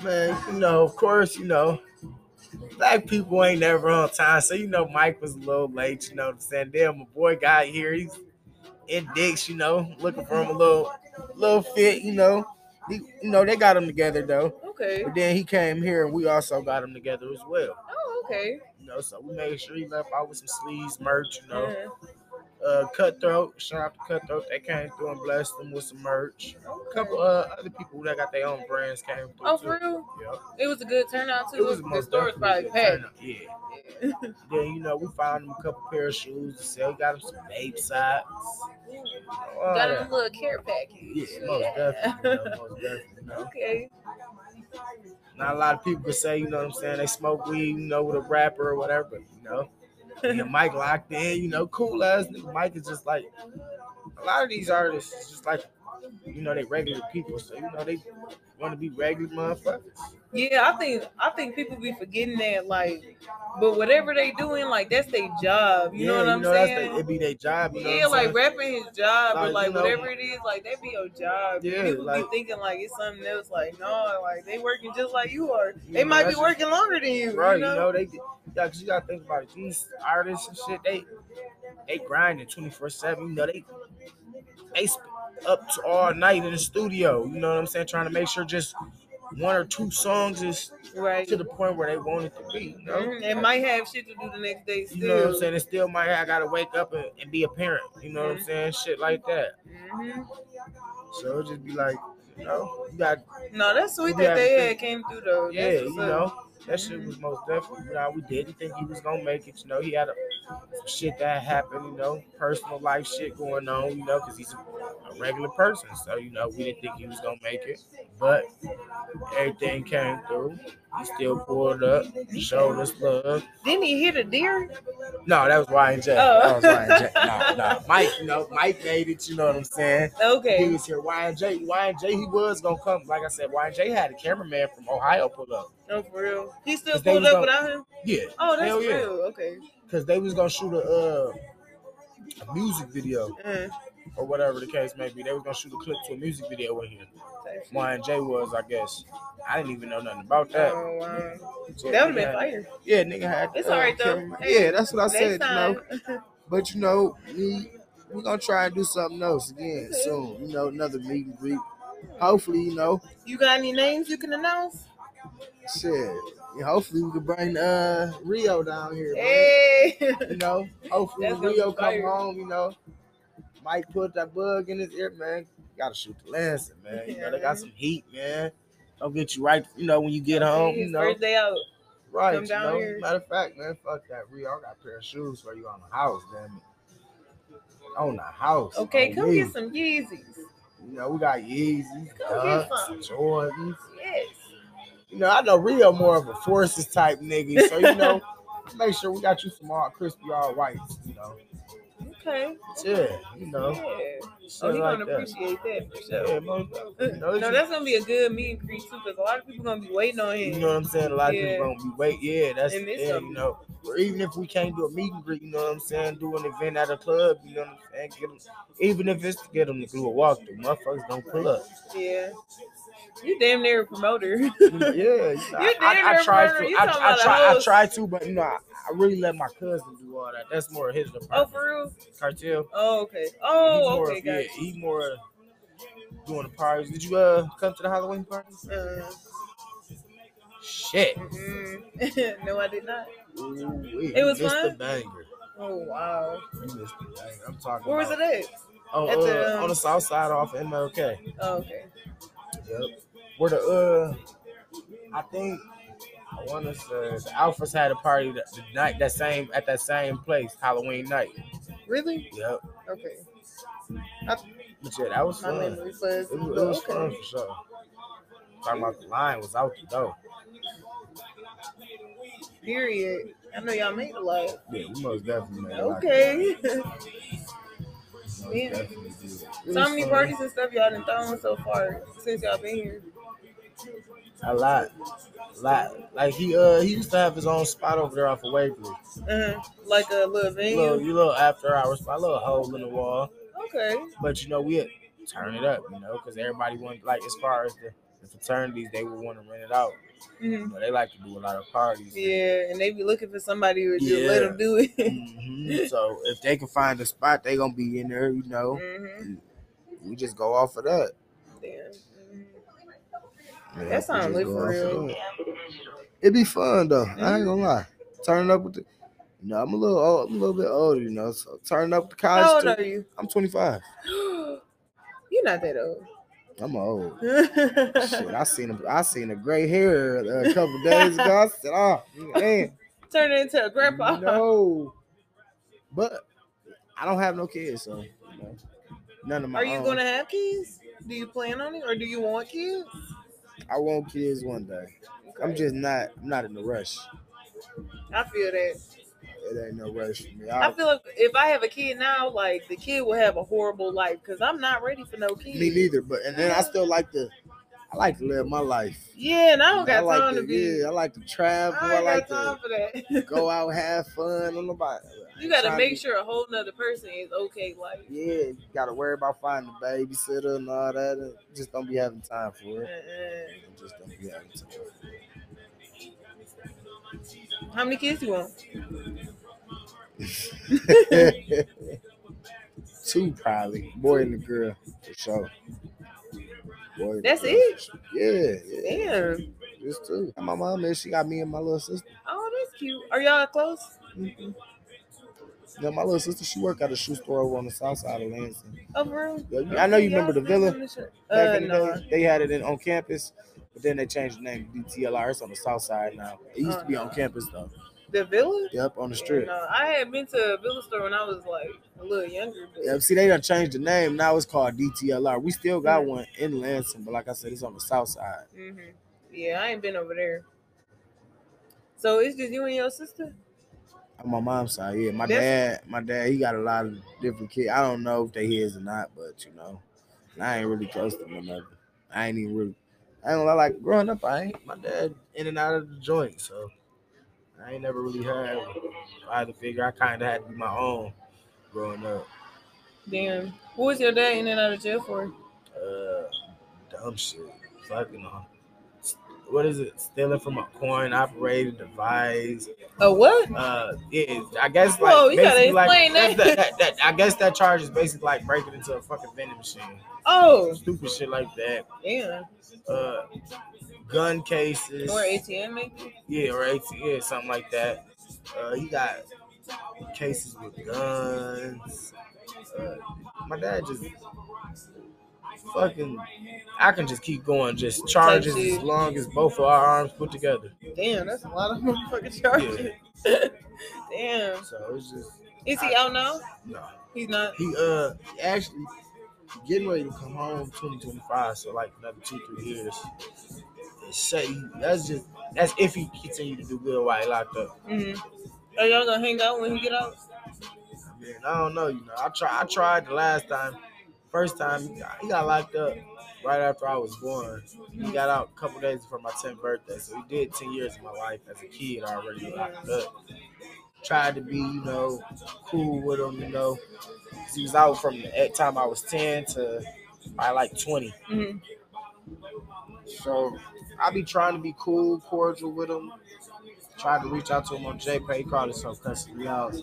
Man, you know, of course, you know, black people ain't never on time. So, you know, Mike was a little late, you know what I'm saying? Then my boy got here. He's in dicks, you know, looking for him a little little fit, you know. He, you know, they got him together, though.
Okay.
But then he came here and we also got him together as well.
Oh, okay.
You know, so we made sure he left out with some sleeves, merch, you know.
Yeah.
Uh, Cutthroat, shout out to Cutthroat. They came through and blessed them with some merch. A couple
Okay.
uh, other people that got their own brands came through.
Oh,
too.
for real?
Yep.
It was a good turnout too.
It was
the
most
store was probably
definitely a
packed.
good turnout. Yeah. Then you know we found him a couple pair of shoes to sell. Got him some vape socks. All
Got
that.
him a little care package.
Oh, Yeah, most definitely. you know, most definitely you know.
Okay.
Not a lot of people could say, you know what I'm saying, they smoke weed, you know, with a rapper or whatever, but you know. Yeah, Mike locked in, you know, cool ass nigga. Mike is just like a lot of these artists is just like you know, they regular people, so you know they wanna be regular motherfuckers.
Yeah, I think I think people be forgetting that, like, but whatever they doing, like that's their job. You know
Yeah,
what I'm
that's
saying?
they- it be their job, you know.
yeah,
what I'm
like rapping his job or
Like,
like
you know-
whatever it is, like that be your job.
Yeah,
People
like-
be thinking like it's something else. Like no, like they working just like you are.
You
They
know,
might be
that's-
working longer than you.
Right,
you know.
they, yeah, 'cause you gotta think about it. These artists and shit, they they grinding twenty four seven. You know, they they sp- up to all night in the studio. You know what I'm saying? Trying to make sure just one or two songs is
right.
to the point where they want it to be. You know,
Mhm, It might have shit to do the next day still.
you know what I'm saying? It still might. I gotta wake up and, and be a parent. You know what I'm
Mhm.
saying? Shit like that.
Mhm.
So it'll just be like, you know, you got
No, that's sweet
Yeah,
that they
I
had came through though. That's
Yeah,
what's
you
up.
know, that shit was most definitely. You know, we didn't think he was gonna make it. You know, he had a some shit that happened. You know, personal life shit going on. You know, because he's a, a regular person. So you know, we didn't think he was gonna make it, but everything came through. He still pulled up, showed us love.
Didn't he hit a deer?
No, that was Ryan J.
Oh.
That was Ryan J. No, no, Mike. You know, Mike made it. You know what I'm saying? He
Okay.
was here. YJ, YJ, he was gonna come. Like I said, YJ had a cameraman from Ohio pull up.
No, for real. He still
'Cause they
pulled
was
up
on-
without him.
Yeah.
Oh, that's
Hell yeah.
real. Okay.
because they was gonna shoot a, uh, a music video
Uh,
or whatever the case may be. They was gonna shoot a clip to a music video in here.
type shit.
Mine J was, I guess. I didn't even know nothing about that.
Oh, wow.
So,
That would have
yeah,
been fire.
Yeah, nigga had.
It's alright, though.
camera- Yeah, that's what I said. You
Next
know,
time.
but you know, me, we gonna try and do something else again soon. You know, another meet and greet. Hopefully, you know,
You got any names you can announce?
shit. Yeah, hopefully, we can bring uh Rio down here. man.
Hey,
You know, hopefully
That's
when Rio
gonna be
come
fire.
home, you know. Mike put that bug in his ear, man. Gotta shoot the Lancet, man. You know, they got some heat, man. Don't get you right, you know, when you get home, you
his
know.
first day out.
Right,
come
you
down
know.
here.
Matter of fact, man, fuck that, Rio. I got a pair of shoes for you on the house, damn it. On the house.
Okay,
on
come
Oh, me.
get some Yeezys.
You know, we got Yeezys,
Come get some.
Dunks, Jordans.
Yes.
You know, I know Rio more of a forces type nigga, so you know, make sure we got you some all crispy, all whites, you know.
Okay.
Yeah, you know.
Yeah.
Shit
Oh, he's
like
gonna
that.
appreciate that for
Yeah,
sure.
most definitely.
No,
it's-
that's gonna be a good meet and greet too, because a lot of people gonna be waiting on
you
him.
know what I'm saying. A lot
Yeah.
of people gonna be wait. Yeah, that's
And
the
it's
thing,
something.
you know. Or even if we can't do a meet and greet, you know what I'm saying. Do an event at a club, you know what I'm saying. Get 'em- even if it's to get them to do a walkthrough, motherfuckers don't pull up.
Yeah. You damn near a promoter.
You know, yeah, you know, I,
You damn
I, I
near
try
murder.
to.
You
I,
talking
I
about a
try. I
host.
try to, but you know, I, I really let my cousin do all that. That's more his
oh,
department.
for real?
Cartel.
Oh, okay.
He
Oh,
more
okay,
of- yeah,
guys.
he more of doing the parties. Did you uh come to the Halloween party?
Uh,
Shit.
mm-mm. no, I did not.
Ooh-wee,
Mm-hmm. It was
you missed
fun?
The banger.
Oh, wow.
You missed the banger. I'm talking.
Where was it
about,
at?
Oh,
At
uh,
the, um,
on the south side off MLK.
Oh, okay.
Yep. Where the uh, I think I want to say the Alphas had a party that, the night that same at that same place Halloween night.
Really?
Yep.
Okay.
But yeah, that was
My
fun. It
memory says.
was, it was
okay.
fun for sure. Talking about the line was out the door.
Period. I know y'all made a lot.
Yeah, we most definitely. made it like that.
Okay.
Most
Yeah.
definitely did. It was
so how many
fun.
parties and stuff y'all done thrown so far since y'all been here?
A lot, a lot. Like he uh he used to have his own spot over there off of Waverly.
Uh-huh. Like a little venue.
Little you little after hours spot, little hole in the wall.
Okay.
But you know we had turn it up, you know, because everybody want like as far as the, the fraternities they would want to rent it out.
hmm
You know, they like to do a lot of parties.
Yeah, and they be looking for somebody who just let
Yeah.
them do it.
Mhm. So if they can find a spot, they gonna be in there. You know,
hmm
we just go off of that.
Yeah. Mhm.
Yeah,
That sound
we
lit
just
for
go off of
real.
that. It'd be fun though. I ain't
Mhm.
gonna lie. Turning up with the. You know, I'm a little old. I'm a little bit older, you know. So turning up with the college.
How old
students-
are you?
I'm 25.
You're not that old.
I'm old. Shit, I seen a, I seen a gray hair uh, a couple days ago. I said, oh man,
Turn it into a grandpa.
No, but I don't have no kids, so you know, none of my.
Are you
own.
gonna have kids? Do you plan on it, or do you want kids?
I want kids one day. I'm just not. I'm not in a rush.
I feel that.
It ain't no rush for me.
I
I,
feel like if I have a kid now, like the kid will have a horrible life because I'm not ready for no kids.
me neither. But and then I still like to. I like to live my life.
Yeah, and I don't got
like
time to be.
Yeah, I like to travel.
I
I,
ain't
like
got time
to
for that.
go out, have fun. I'm nobody.
you got to
trying
make
to-
sure a whole nother person is okay. Like,
Yeah, you gotta worry about finding a babysitter and all that. and Just don't be having time for it.
uh-uh.
Just don't be having time.
how many kids you want?
Two probably, boy and a girl for sure. Boy and a
That's
girl.
it?
Yeah, yeah,
Damn.
just two. And my mom and she got me and my little sister.
Oh, that's cute. Are y'all close?
Yeah, my little sister, she work at a shoe store over on the south side of Lansing.
Oh, for real?
Yeah, I know you remember the
Y'all
villa.
friends on the show?
Back
Uh,
in the
no.
day, they had it in on campus, but then they changed the name to DTLR. It's on the south side now. It used to be on campus though.
The villa?
Yep, on the
Yeah,
strip.
Uh, No, I had been to a villa store when I was like a little younger. But
Yep, see, they done changed the name. Now it's called DTLR. We still got one in Lansing, but like I said, it's on the south side.
Mhm. Yeah, I ain't been over there. So it's just you and your sister?
On my mom's side, yeah. My
That's-
dad, my dad, he got a lot of different kids. I don't know if they his or not, but you know, and I ain't really close to my mother. I ain't even really. I don't know, like growing up. I ain't my dad in and out of the joint, so I ain't never really had. I had to figure. I kind of had to be my own growing up.
Damn. What was your dad in and out of jail for?
uh, dumb shit. Fucking on. What is it? Stealing from a coin operated device.
A what?
Uh, yeah, I guess like
Whoa, you gotta
basically, like,
explain
that's
that.
That, that, that- I guess that charge is basically like breaking into a fucking vending machine.
Oh,
Stupid shit like that.
damn.
Uh, gun cases.
Or ATM maybe?
Yeah, or AT, yeah, something like that. Uh, you got cases with guns. Uh, my dad just fucking. I can just keep going, just charges
Touch it.
as long as both of our arms put together.
Damn, that's a lot of motherfucking charges. Damn.
So it's just
Is he out now?
no.
He's not.
He uh actually getting ready to come home 2025, so like another two three years. And say that's just that's if he continue to do good while he locked up.
hmm Are y'all gonna hang out when he get out?
Man, I don't know. You know, I try. I tried the last time. First time he got, he got locked up right after I was born. He got out a couple days before my 10th birthday, so he did 10 years of my life as a kid already locked up. Tried to be, you know, cool with him, you know. 'cause He was out from the at time I was 10 to I like 20.
hmm
So I be trying to be cool, cordial with him. Tried to reach out to him on JPay. He called himself cussing me out.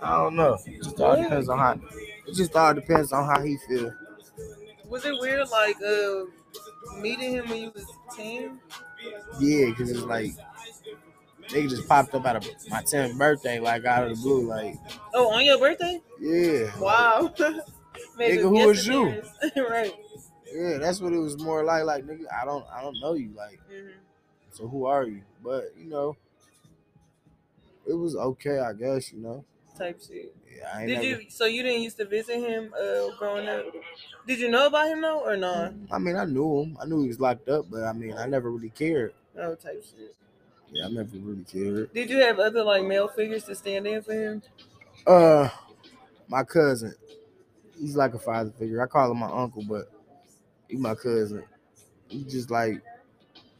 I don't know. It just all depends on how. It just all depends on how he feel.
Was it weird, like, uh, meeting him when you was 10?
Yeah, because it's like they just popped up out of my 10th birthday, like out of the blue, like
Oh, on your birthday?
yeah,
Wow. Maybe
Nigga, who was
yesterday. right.
yeah. That's what it was more like. Like nigga, I don't, I don't know you. Like
hmm
so, who are you? But you know, it was okay, I guess. You know,
Type shit.
yeah, I ain't
Did
never-
you? So you didn't used to visit him uh, growing up? Did you know about him though, or not?
I mean, I knew him. I knew he was locked up, but I mean, I never really cared.
Oh, type shit.
Yeah, I never really cared.
Did you have other like male figures to stand in for him?
Uh, my cousin, he's like a father figure. I call him my uncle, but he's my cousin. He just like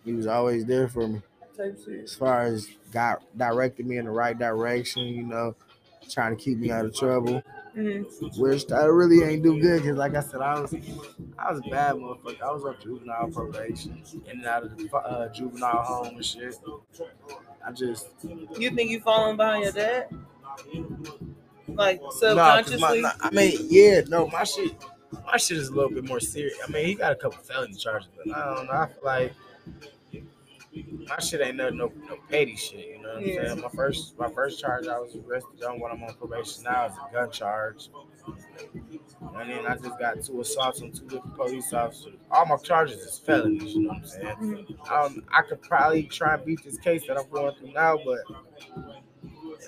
he was always there for me
Type shit.
as far as got directing me in the right direction. You know, trying to keep me out of trouble,
hmm
which I really ain't do good because, like I said, I was I was a bad motherfucker. I was on juvenile probation, in and out of the uh, juvenile home and shit. I just
You think you falling behind your dad? Like
Nah, 'cause my-
subconsciously?
nah, I mean, yeah, no, my shit, my shit is a little bit more serious. I mean, he got a couple felony charges, but I don't know. I feel like my shit ain't nothing, no, no petty shit. You know what
Yeah.
I'm saying? My first, my first charge, I was arrested on what I'm on probation now is a gun charge, and then I just got two assaults on two different police officers. All my charges is felonies. You know what I'm saying?
Mhm.
Um, I could probably try and beat this case that I'm going through now, but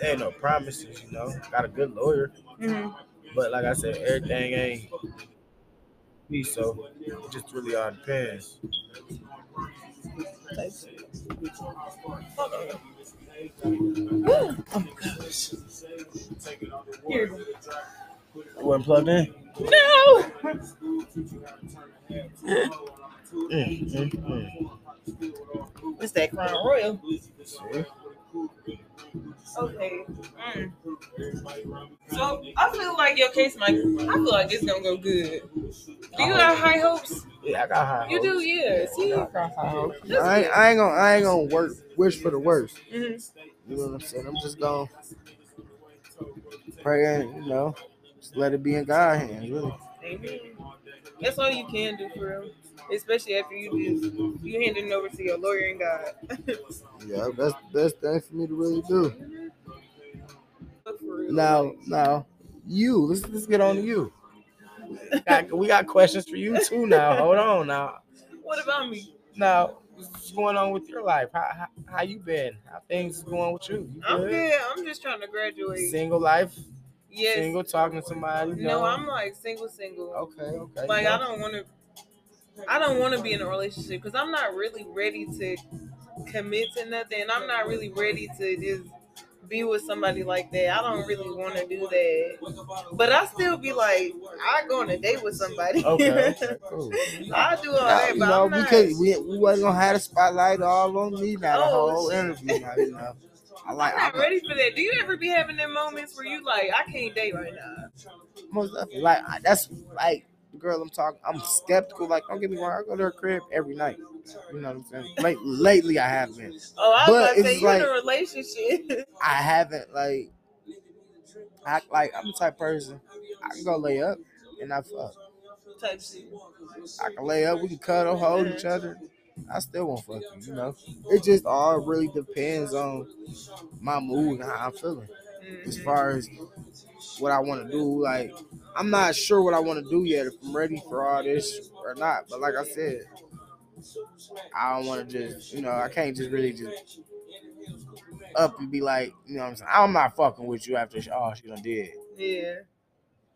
ain't no promises, you know. Got a good lawyer,
Mhm.
but like I said, everything ain't me. So it just really all depends.
Here.
It wasn't plugged in.
No.
Mm, mm, mm.
It's that Crown Royal.
See?
Okay. Mm. So I feel like your case might. I feel like it's gonna go good. Do you have high hopes?
Yeah, I got high.
You do, yeah. See,
hopes. I ain't, I ain't gonna I ain't gonna work wish for the worst.
Mhm.
You know what I'm saying? I'm just gonna pray, and, you know, just let it be in God's hands. Really.
Amen. Mm-hmm. That's all you can do for real. Especially after you just you hand it over to your lawyer and God.
Yeah, that's the best thing for me to really do.
But for real.
Now, now, you. Let's let's get on to you. We got- we got questions for you too. Now, hold on. Now,
What about me?
now, what's going on with your life? How how, how you been? How things going with you? You
I'm
good?
good. I'm just trying to graduate.
Single life.
Yes.
Single talking to somebody. you
No,
know?
I'm like single, single.
okay. Okay.
Like
you
I
know?
don't want to. I don't want to be in a relationship because I'm not really ready to commit to nothing. I'm not really ready to just be with somebody like that. I don't really want to do that. But I still be like, I go on a date with somebody.
Okay. okay, cool.
I do all
Now,
that,
you
but
know,
I'm not.
because we, we wasn't gonna have the spotlight all on me now the
Oh,
whole
shit.
interview. Now, you know, I like
I'm not ready for that. Do you ever be having them moments where you like, I can't date right now?
Most definitely. Like I- that's like the girl I'm talking. I'm skeptical. Like don't get me wrong. I go to her crib every night. You know what I'm saying? Like lately, I have been.
Oh, I was
But
about to say
it's
you're in
like-
a relationship.
I haven't like. I like I'm the type of person. I can go lay up and I fuck.
Type shit.
I can lay up. We can cuddle, hold each other. I still won't fuck you. You know. It just all really depends on my mood and how I'm feeling. as
Mhm.
far as what I want to do. Like, I'm not sure what I want to do yet if I'm ready for all this or not. But like I said, I don't want to just, you know, I can't just really just up and be like, you know what I'm saying? I'm not fucking with you after all she done did.
Yeah.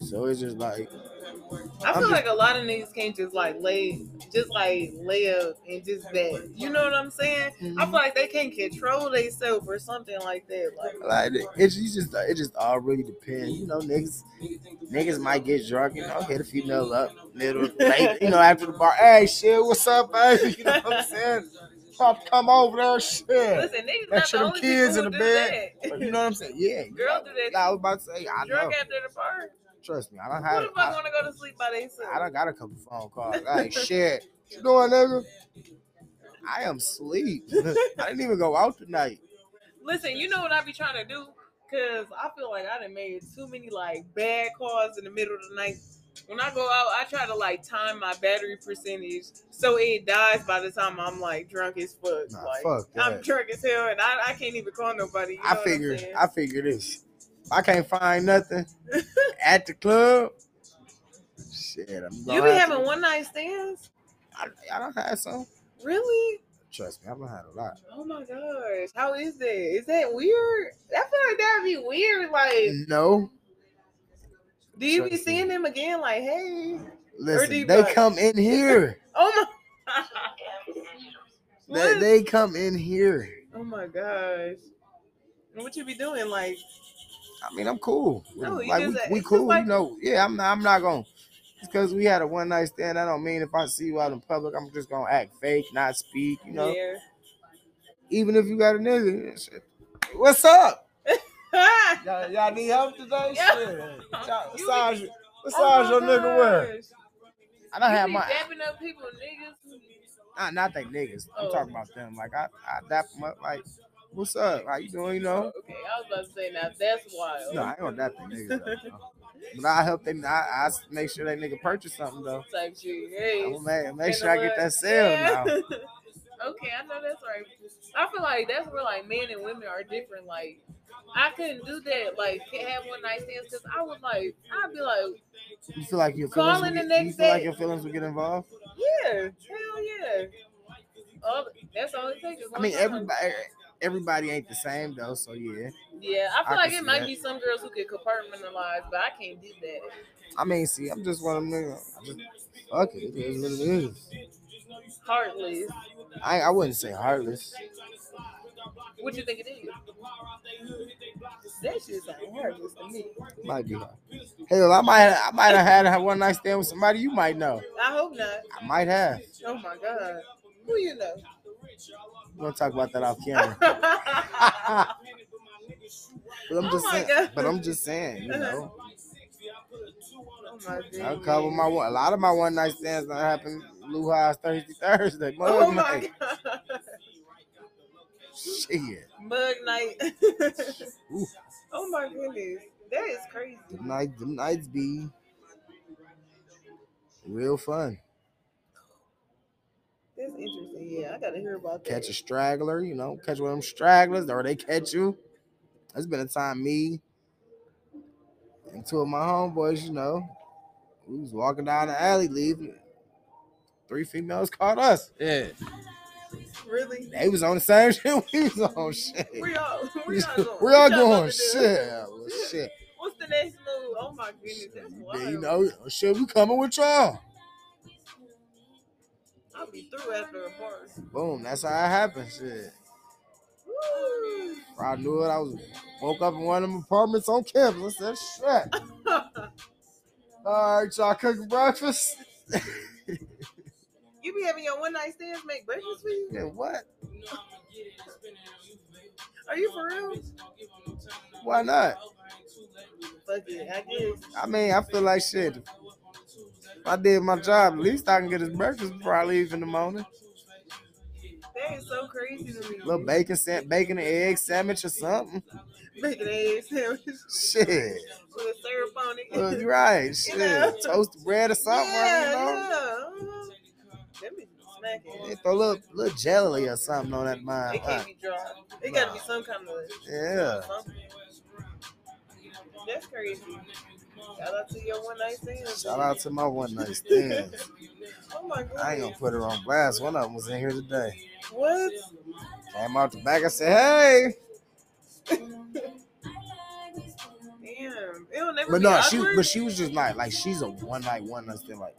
So it's just like,
I
I'm
feel
just-
like a lot of niggas can't just like lay, just like lay up and just that. You know what I'm saying?
Mm-hmm.
I feel like they can't control themselves or something like that. Like,
like it's you just it just all really depends. You know, niggas niggas might get drunk, you know, hit a female up, middle, late, you know, after the bar. Hey, shit, what's up, baby? You know what I'm saying? Pop, come over there, shit.
listen, niggas
Make
not
sure
the
them
only
kids
people who
in the
do
bed.
that.
You know what I'm saying? Yeah.
Girl do that
Nah, I was about to say, I know.
Drunk after the bar.
Trust me, I don't
Who
have.
the fuck
I,
want to go to sleep by
I
themselves?
don't got a couple phone calls. Like shit, you doing, nigga? I am sleep. I didn't even go out tonight.
Listen, you know what I be trying to do? Cause I feel like I done made too many like bad calls in the middle of the night. When I go out, I try to like time my battery percentage so it dies by the time I'm like drunk as fuck.
Nah,
like
fuck
I'm
that.
drunk as hell and I, I can't even call nobody. You know
I
what I'm
figure,
saying?
I figure this. If I can't find nothing at the club, shit, I'm gonna.
You be
have
having
to-
one night stands?
I, I don't have some.
Really?
Trust me, I've had a lot.
Oh my gosh. How is that? Is that weird? I feel like that'd be weird. Like,
Mm, No,
do you be
Trust me.
seeing them again? Like, hey.
listen,
deep
they
fried.
come in here.
Oh my
They,
What?
they come in here.
Oh my gosh. And What you be doing? Like,
I mean, I'm cool.
No, you
like
just
we,
like-
we
it's just
cool,
like-
you know. Yeah, I'm not. I'm not gonna. It's because we had a one night stand. I don't mean if I see you out in public, I'm just gonna act fake, not speak. You know,
yeah.
even if you got a nigga, yeah, shit. what's up?
Ah!
Y'all, y'all need help today?
Yeah.
Shit. Y'all,
You
massage,
be-
massage
Oh
your
my
nigga wear.
gosh.
I don't
You
have
be
my.
dapping up people, niggas.
Nah, not they niggas. I'm
Oh.
talking about them. Like I, I dap them up. Like, what's up? How you doing? You know.
Okay, I was about to say now that's wild.
No, I ain't gonna dap them niggas. up, you know. But I help them. I, I make sure that nigga purchase something though.
Type shit.
I'm
Hey,
gonna make, make
in
sure
the
I get
mud.
that sale now.
Yeah. okay, I know that's right. I feel like that's where like men and women are different. Like I couldn't do that. Like can't have one night stands because I was like, I'd be like,
You feel like your feelings
Calling
will
the
get, you
next
feel like
day.
your feelings will get involved.
yeah, hell yeah. All, that's all it takes. is
I
one
mean,
time.
everybody
everybody ain't the same though. So yeah,
Yeah, I feel
I
like
can
it
see
might
that.
be some girls who could compartmentalize, but I can't do that.
I mean, see, I'm just one of them. niggas. I just fuck it. It is what it is.
Heartless.
I I wouldn't say heartless.
What you think it is? That shit sound heartless to me.
Might be. heartless. Hell, I might I might have had a one night stand with somebody you might know.
I hope not.
I might have.
Oh my god. Who you know?
We're gonna talk about that off camera. But I'm
Oh
just
my
saying,
God. Uh-huh.
but I'm just saying, you know,
oh my
I
goodness.
cover my one. A lot of my one night stands not happen. Lou High's Thursday, Thursday. Mug
Oh
night.
my god.
Shit.
Mug night.
Ooh.
oh my goodness. That is crazy.
Them nights, them nights be real fun.
That's interesting. Yeah, I gotta hear about that.
Catch a straggler, you know, catch one of them stragglers, or they catch you. There's been a time me and two of my homeboys, you know, we was walking down the alley, leaving. Three females caught us. Yeah.
Really?
They was on the same shit we was on. Shit.
Where y'all, where y'all going?
We're all
What y'all about
going
to do?
shit. Well, shit.
What's the next move? Oh my goodness, that's wild.
You know, shit, we coming with y'all.
I'll be through after a bar.
Boom, that's how it happened. Shit.
Woo!
I knew it. I was woke up in one of them apartments on campus. I said, shit. All right, y'all cooking breakfast?
you be having your one night stands make breakfast for you?
Yeah, what?
Are you for real?
Why not?
Fuck it, I guess.
I mean, I feel like shit. If I did my job, at least I can get his breakfast before I leave in the morning.
That is so crazy to me.
little bacon, sa- bacon and egg sandwich or something.
Bacon egg sandwich with
Shit.
syrup on it.
Well, you're right.
You know?
Shit. Toast bread or something.
yeah,
you know?
yeah. uh-huh. That bitch be smacking.
They throw a little, little jelly or something on that mine.
It
huh?
can't be dry. It gotta be some kind of
Yeah.
something. That's crazy. Shout out to your one night stand.
Shout out to my one night stand.
Oh my god.
I ain't gonna put her on blast. One of them was in here today.
What?
Came out the back. I said, "Hey,"
Damn. It'll never
but
be
no, she
awkward.
but she was just like like she's a one night one night stand. Like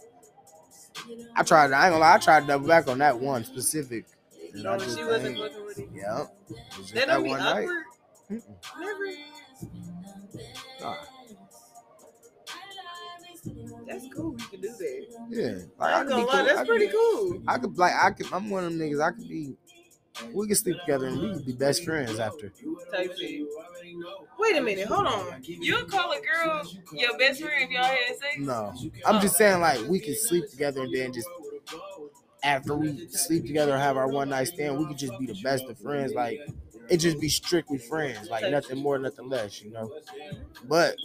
I tried. I ain't gonna lie. I tried to double back on that one specific.
You
And I
know,
just
she wasn't
ain't-
fucking with it.
Yep. It was just
That
that
don't be
one
awkward.
night.
Never.
Nah,
That's cool. We can do that.
yeah. Like,
I
I
ain't
could be cool.
gonna lie.
I
That's
could
pretty
be-
cool.
I could like I could. I'm one of them niggas. I could be. We could sleep together and we could be best friends after.
Type shit. Wait a minute. Hold on. You'll call a girl your best friend if y'all had sex?
No, I'm just saying like we can sleep together and then just after we sleep together and have our one night stand, we could just be the best of friends. Like it just be strictly friends, like nothing more, nothing less, you know. But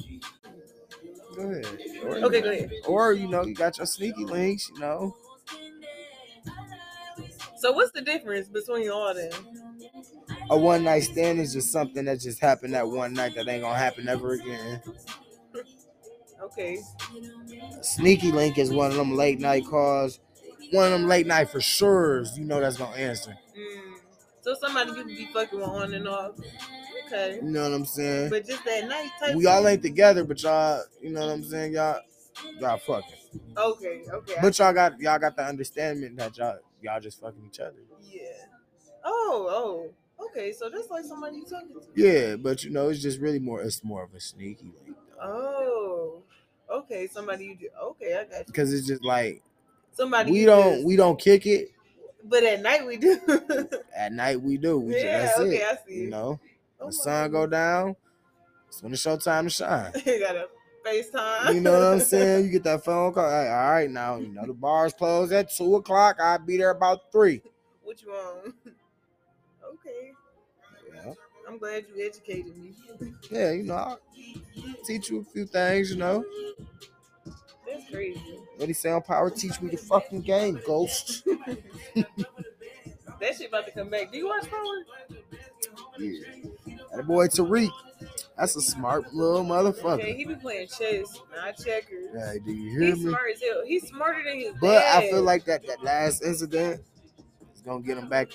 go ahead. Or,
Okay, go ahead.
Or you know, you got your sneaky links, you know.
So what's the difference between all them?
A one night stand is just something that just happened that one night that ain't gonna happen ever again.
Okay.
A sneaky link is one of them late night calls. One of them late night for sure, you know that's gonna answer.
Mm. So somebody you can be fucking with on and off. Okay.
You know what I'm saying?
But just that night type.
we all ain't together, but y'all, you know what I'm saying? Y'all, y'all fucking.
Okay. Okay.
But y'all got y'all got the understanding that y'all y'all just fucking each other.
yeah. Oh. Oh. Okay. So that's like somebody you talking to.
Yeah, but you know it's just really more it's more of a sneaky link
Oh. Okay. Somebody you do. Okay. I got you.
because it's just like
Somebody.
we
you
don't
just-
we don't kick it
But at night we do.
at night. We do. We
yeah.
just, that's
okay.
it.
I see.
You know,
Oh my
the sun go down. It's when it's your time to shine.
goodness. you got a FaceTime.
You know what I'm saying? You get that phone call. "Hey, all right, now you know the bars closed at two o'clock. I'll be there about three.
What you on? Okay.
Yeah.
I'm glad you educated me.
Yeah, you know, I'll teach you a few things. You know.
That's crazy.
What he say on power? Teach me the fucking game, ghost.
That shit about to come back. Do you watch Power?
Yeah. That boy Tariq. That's a smart little
Okay,
motherfucker.
he be playing chess, not checkers.
Yeah, do you hear
He's
me?
smart as hell. He's smarter than his
But I
dad.
feel like that, that last incident is gonna get him back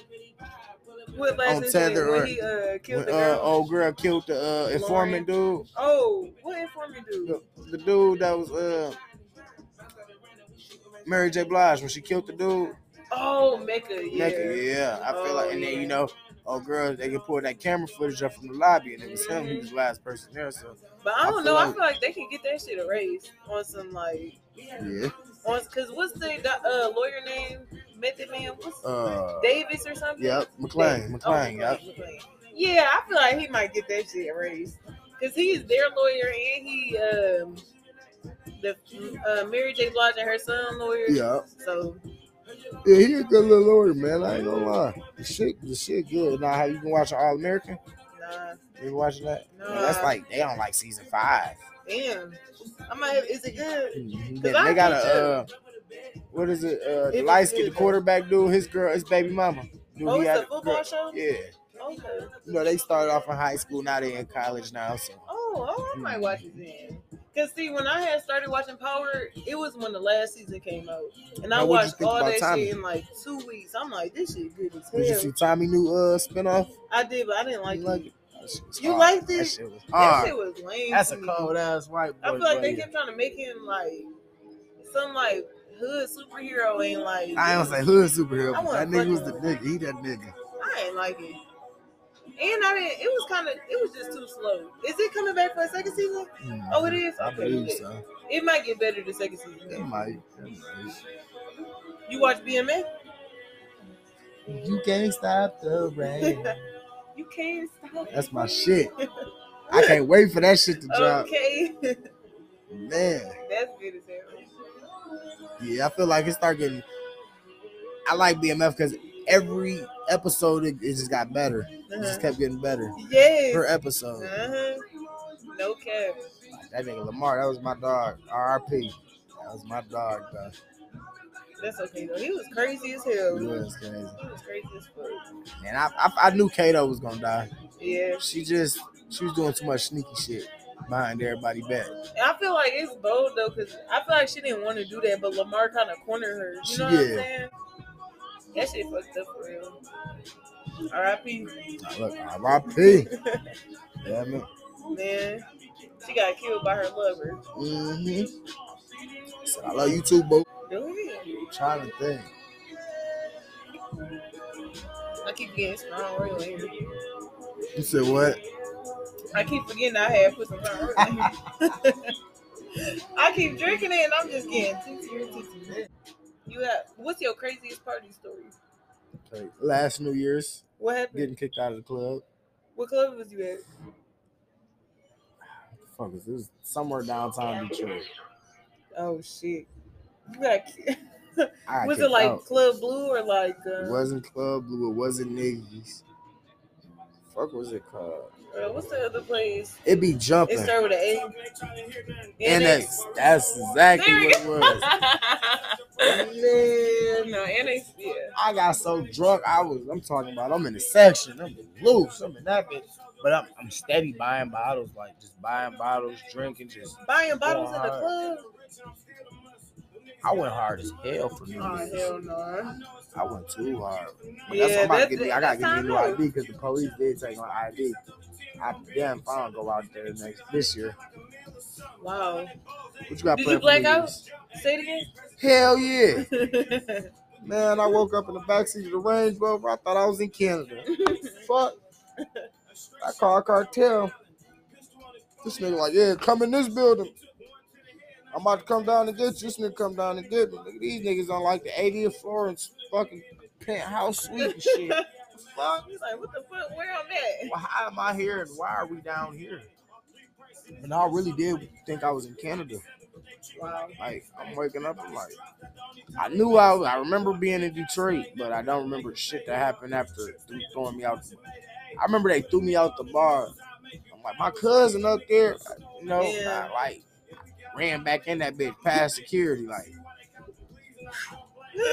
what last
On
nigga said
Tether or-
when he uh, killed
When,
the
uh,
girl.
old girl killed the uh, informant dude,
oh, what informant dude?
the, the dude that was uh, Mary J. Blige when she killed the dude.
Oh, Mecca, yeah.
Naked, yeah. I feel
Oh,
like, and then
yeah.
you know, oh girl, they can pull that camera footage up from the lobby, and it was him. He was the last person there, so
But
I
I don't
feel
know. I
like-
feel like they can get that shit erased on some like
yeah.
on because what's the doc- uh, lawyer name? Method Man, what's
Uh,
Davis or something?
yep, McLean,
Oh,
McLean, yep.
McClain. Yeah, I feel like he might get that shit erased because he is their lawyer and he um the uh, Mary J. Blige and her son lawyer.
Yeah,
So
yeah, he a good little lawyer, man. I ain't gonna lie. The shit, the shit good. Now, how you been watching All American?
nah,
You been watching that?
nah.
Man, that's like they on like season five.
damn. I might. Have, is it good?
They,
I
they got
think
a uh, what is it? Uh, the
It was
light skin, the
good.
quarterback dude, his girl, his baby mama. Dude,
Oh,
he
it's
had
a football
girl-
show.
Yeah.
Okay.
you know, they started off in high school, now they in college now. So
Oh, oh, I
Hmm.
might watch it then. Cause see, when I had started watching Power, it was when the last season came out, and I
Now, what'd you
watched
think
all
about
that
Tommy?
shit in like two weeks. I'm like, this shit good as
did you
hell.
see Tommy new uh spinoff?
I did, but I didn't like
You
it.
like it? Ah. That shit was
You
hard.
liked
That
it?
shit was
That
hard.
shit was lame.
That's
to
a
me.
cold ass white boy.
Mm-hmm. I feel like they
buddy.
kept trying to make him like some like hood superhero and like
I don't say hood superhero.
I
but
wanna
That nigga was the
fuck
nigga. He that nigga.
I ain't like it. And I didn't. It was kind of. It was just too slow. Is it coming back for a second season?
Mm,
Oh, it is.
I
Okay,
believe
good.
so.
It might get better the second season.
It might. It
You watch BMF?
might. You can't stop the rain.
you can't stop.
That's my shit. I can't wait for that shit to drop.
Okay,
Man.
that's good as hell.
Yeah, I feel like it start getting. I like BMF because every episode it, it just got better. It just
Uh-huh.
kept getting better
Yes.
per episode.
Uh-huh. No cap.
That nigga Lamar, that was my dog. R.R.P. That was my dog, though.
That's okay though. He was crazy as hell.
He was crazy.
He was crazy as fuck.
And I, I, I knew Kato was gonna die.
Yeah.
She just, she was doing too much sneaky shit behind everybody back.
And I feel like it's bold though, because I feel like she didn't want to do that, but Lamar kind of cornered her. You know what I'm
Yeah.
saying? That shit fucked up for real. R.I.P.
Now look, R.R.P. Damn it.
Man, she got killed by her lover.
Mm-hmm. Said, I love you too, boo.
Go ahead.
trying to think.
I keep getting strong oil in here.
You said what?
I keep forgetting I had put some hard work in it. I keep drinking it and I'm just getting tipsy and tipsy. You have what's your craziest party story?
Okay. Last New Year's,
What happened?
getting kicked out of the club.
What club was you at?
Fuck, this is somewhere downtown Detroit.
Oh shit! You got ki-
I got
was it
kicked
like
out.
Club Blue or like
It
uh,
wasn't Club Blue. It wasn't Niggies. Fuck, was it called?
uh, what's the other place?
It be
It
jumping.
started with an A.
NX. That's exactly
There you
what it was.
Man, no, NX, yeah.
I got so drunk. I was. I'm talking about. I'm in the section. I'm loose. I'm in that bitch. But I'm, I'm steady buying bottles, like just buying bottles, drinking. Just
Buying bottles in the
hard.
club?
I went hard as hell for New
Oh
Year's.
hell no!
I went too hard. But
Yeah,
that's what I'm about to
that's
get
it.
me. I gotta
That's
get me a new
how I know.
ID because the police did take my ID. I damn fine go out there next this year.
Wow.
What you got?
Did
planned for
you black
New
out?
Year's?
Say it
Hell yeah.
again.
Man, I woke up in the backseat of the Range Rover. I thought I was in Canada. Fuck. I called cartel. This nigga like, yeah, come in this building. I'm about to come down and get you. This nigga come down and get me. Nigga, these niggas on like the 80th floor and fucking penthouse suite and shit. Fuck.
He's like, what the fuck? Where I'm at?
Well, how am I here and why are we down here? And I really did think I was in Canada.
Wow.
Like I'm waking up, I'm like, I knew I. was- I remember being in Detroit, but I don't remember shit that happened after them throwing me out. The, I remember they threw me out the bar. I'm like, my cousin up there, uh, you know,
Yeah.
I, like ran back in that bitch past security, like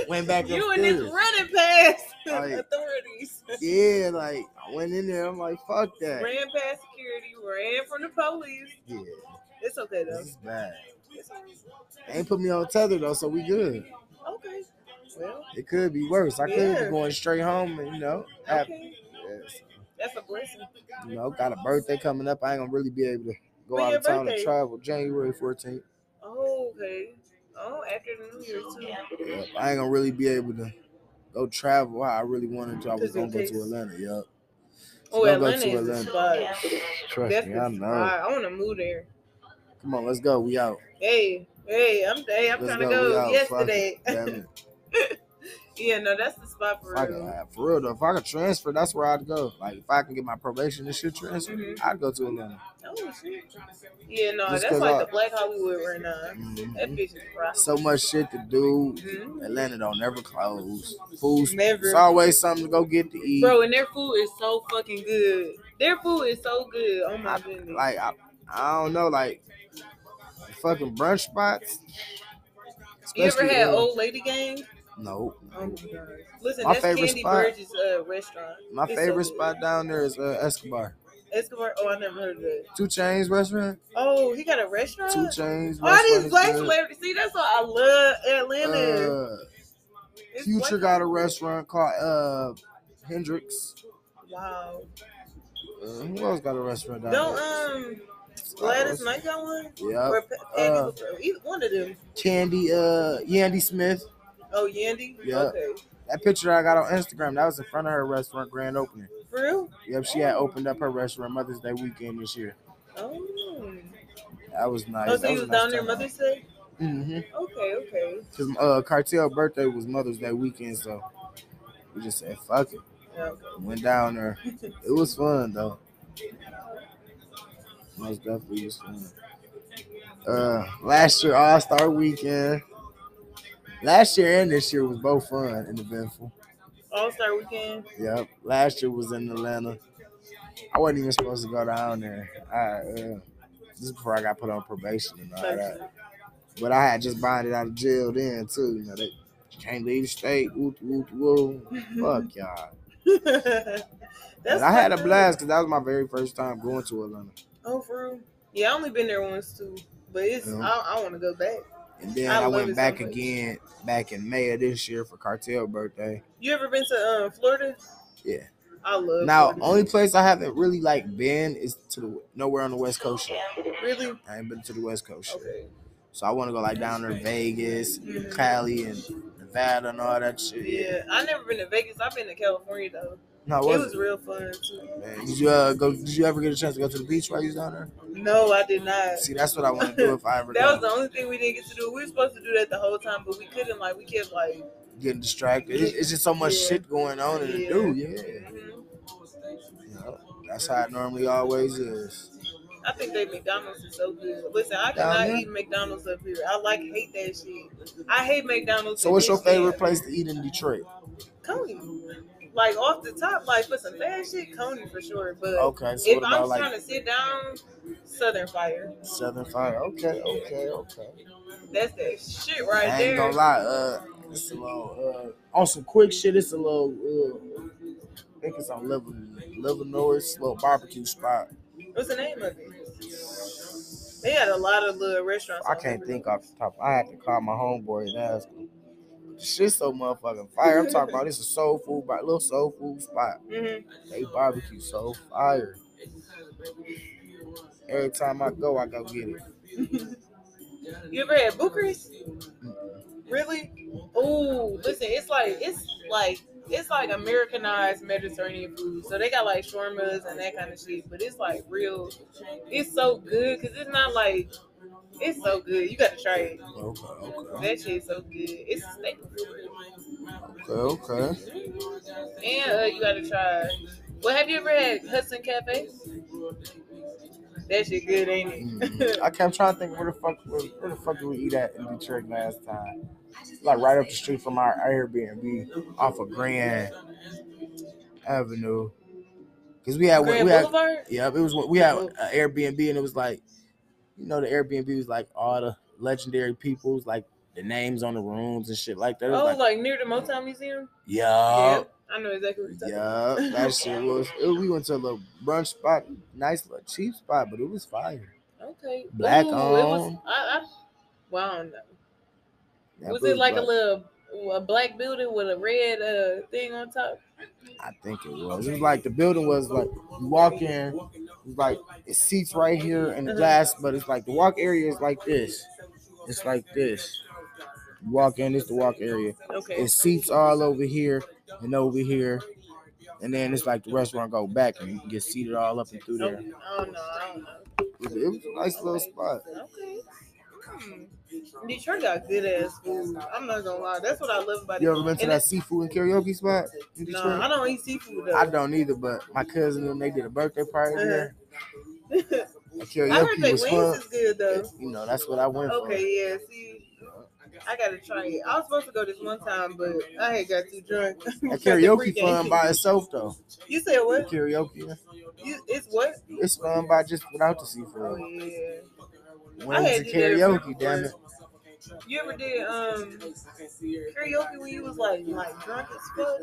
went back
You and this
upstairs.
running past
Like-
authorities.
Yeah, like I went in there. I'm like, fuck that.
Ran past security, ran from the police.
Yeah,
It's okay though.
this is bad.
It's all
They ain't put me on tether though, so we good.
right. okay. Well,
It could be worse. I could
Yeah.
be going straight home, and, you know, have
okay.
That's a blessing.
You know, got a birthday coming up. I ain't gonna really be able to go
When
out
your
of town
birthday?
and travel January 14th.
Oh, okay. Oh, after the New Year too.
Yep. I ain't gonna really be able to go travel how I really wanted to. I was
Just in
gonna go to
case.
Atlanta. Yep.
Oh,
Let's go
Atlanta
to
is the
Atlanta.
spot.
Trust
That's
me, I
the
know.
spot. I want to move there.
Come on, let's go. We out.
Hey, hey, I'm hey, I'm
Let's
trying to
go. We
go
out. Fuck
yesterday.
Damn it.
yeah, no, that's the spot for
If I
real.
could, for real though, if I could transfer, that's where I'd go. Like if I can get my probation and shit transferred,
Mhm.
I'd go to Atlanta.
Oh shit. Yeah, no,
Just
that's
'cause
like
I-
the Black Hollywood right now. That
Mhm.
bitch is rock.
So much shit to do.
Mhm.
Atlanta don't never close. Food, it's
Never.
always something to go get to eat.
Bro, and their food is so fucking good. Their food is so good. Oh my goodness.
Like I, I don't know, like fucking brunch spots.
You ever
Especially,
had
uh,
old lady gang?
No.
Oh my god. Listen,
My
that's
favorite
Candy
spot-
Burgess uh, restaurant.
My
It's so
favorite
good.
spot down there is uh, Escobar.
Escobar. Oh, I never heard of it.
Two Chains restaurant.
Oh, he got a restaurant.
Two Chains.
All
restaurant
these
is
black
good.
celebrities. See, that's why I love Atlanta.
Uh,
It's
Future
black-
got a restaurant called uh Hendrix.
Wow.
Uh, who else got a restaurant down
Don't
there?
um
It's got a
Gladys
restaurant.
Knight got one?
Yep.
Or Pe- Candy
Uh,
Booker? Either one of them.
Candy, uh, Yandy Smith.
Oh, Yandy.
yeah.
Okay.
That picture I got on Instagram, that was in front of her restaurant grand opening.
For real?
Yep, she had opened up her restaurant Mother's Day weekend this year.
Oh.
That was nice.
Oh, so
that
you was down there Mother's Day?
Mm-hmm.
Okay, okay.
Cause uh, Cartel birthday was Mother's Day weekend, so we just said fuck it.
Yeah, okay.
Went down there. It was fun though. Most definitely was fun. Uh, last year All Star Weekend. Last year and this year was both fun and eventful.
All Star Weekend.
Yep. Last year was in Atlanta. I wasn't even supposed to go down there. I uh, this is before I got put on probation and all that. But I had just bonded out of jail then too. You know, they can't leave the state. Woo, woo, woo. Fuck y'all.
That's
And I had a
fucked up.
blast because that was my very first time going to Atlanta.
Oh, for real? Yeah, I only been there once too, but it's
Yeah.
I, I want to go back.
And then
I
I,
love it
went
so
back
much.
again back in May of this year for cartel birthday.
You ever been to um, Florida?
Yeah.
I love.
Now,
Florida.
only place I haven't really like been is to the nowhere on the West Coast. Yet.
really
I ain't been to the West Coast. Yet.
okay.
So I want to go like down there, Vegas,
Mhm.
Cali, and Nevada, and all that shit.
Yeah, I never been to Vegas. I've been to California though.
No,
It
it
was
wasn't.
real fun too.
Man, did you uh, go? Did you ever get a chance to go to the beach while you was down there?
No, I did not.
See, that's what I want to do if I ever
That
go.
was the only thing we didn't get to do. We were supposed to do that the whole time, but we couldn't. Like we kept like.
Getting distracted. It's, it's just so much
Yeah.
shit going on and to
Yeah.
do. Yeah.
mhm.
Yup. That's how it normally always is.
I think they McDonald's is so good. Listen, I
Down
cannot
there?
eat McDonald's up here. I like hate that shit. I hate McDonald's.
So,
and
what's your
this shit.
favorite place to eat in Detroit?
Coney. Like off the top, like for some bad shit, Coney for sure. But
Okay, so
if
what
I'm
about like
trying to sit down, Southern Fire.
Southern Fire? Okay, okay, okay.
That's that shit right
I ain't
there.
gonna lie. Uh, it's a little uh, on some quick shit. It's a little. Uh, I think it's on Livermore. It's a little barbecue spot.
What's the name of it? They had a lot of little restaurants.
I
on
can't
there.
think off the top. I have to call my homeboy and ask him. Shit's so motherfucking fire. I'm talking about. It's a soul food, but little soul food spot.
Mhm.
They barbecue so fire. Every time I go, I go get it.
Mm-hmm. You ever had Booker's? Really? Oh, listen, it's like it's like it's like Americanized Mediterranean food. So they got like shawarmas and that kind of shit, but it's like real. It's so good because it's not like it's so good. You got to try it.
Okay, okay,
That shit's so good. It's a staple.
okay, okay.
And uh, you gotta try. Well, have you ever had Hudson Cafe? That shit good, ain't
Mhm. I kept trying to think where the fuck where, where the fuck did we eat at in Detroit last time? Like right up the street from our Airbnb off of Grand Avenue. Cause we had
it? Grand
we had
Boulevard? Oh.
Yep, it was what we had an Airbnb, and it was like, you know, the Airbnb was like all the legendary people's like the names on the rooms and shit like that. It was
Oh,
like, Uh,
like, near the Motown Museum?
yup,
yeah. I know exactly what you're
yup,
talking
that shit was. it- we went to a little brunch spot, nice little cheap spot, but it was fire.
about. Okay.
Black
Ooh, It was,
owned.
I, I, well, I don't know.
That
was it like a
black-
little a black building with a red uh thing on top.
I think it was. It was like the building was like you walk in, it's like it seats right here and
Uh-huh.
the glass, but it's like the walk area is like this. It's like this. You walk in, it's the walk area.
Okay.
It seats all over here and over here. And then it's like the restaurant go back and you can get seated all up and through
Oh,
there.
no, I don't know.
It was, it was a nice little spot.
Okay. Hmm. Detroit got good ass food. I'm not gonna lie. That's what I love about it.
You ever been to
And
that seafood and karaoke spot in
No,
Detroit?
I don't eat seafood though.
I don't either, but my cousin and they did a birthday party there. The
Uh-huh. I heard
karaoke
they
was
wings
fun.
is good though.
You know, that's what I went for.
Okay, yeah. See, I gotta try it. I was supposed to go this one time, but I had got too drunk.
That
Got the
karaoke
pregame.
fun by itself though.
You said
The
what?
karaoke,
You, it's what?
it's fun by just without the
Oh
seafood.
yeah. I
When's
had
the
to do that
karaoke? Damn it!
You ever did um karaoke when you was like like drunk as fuck?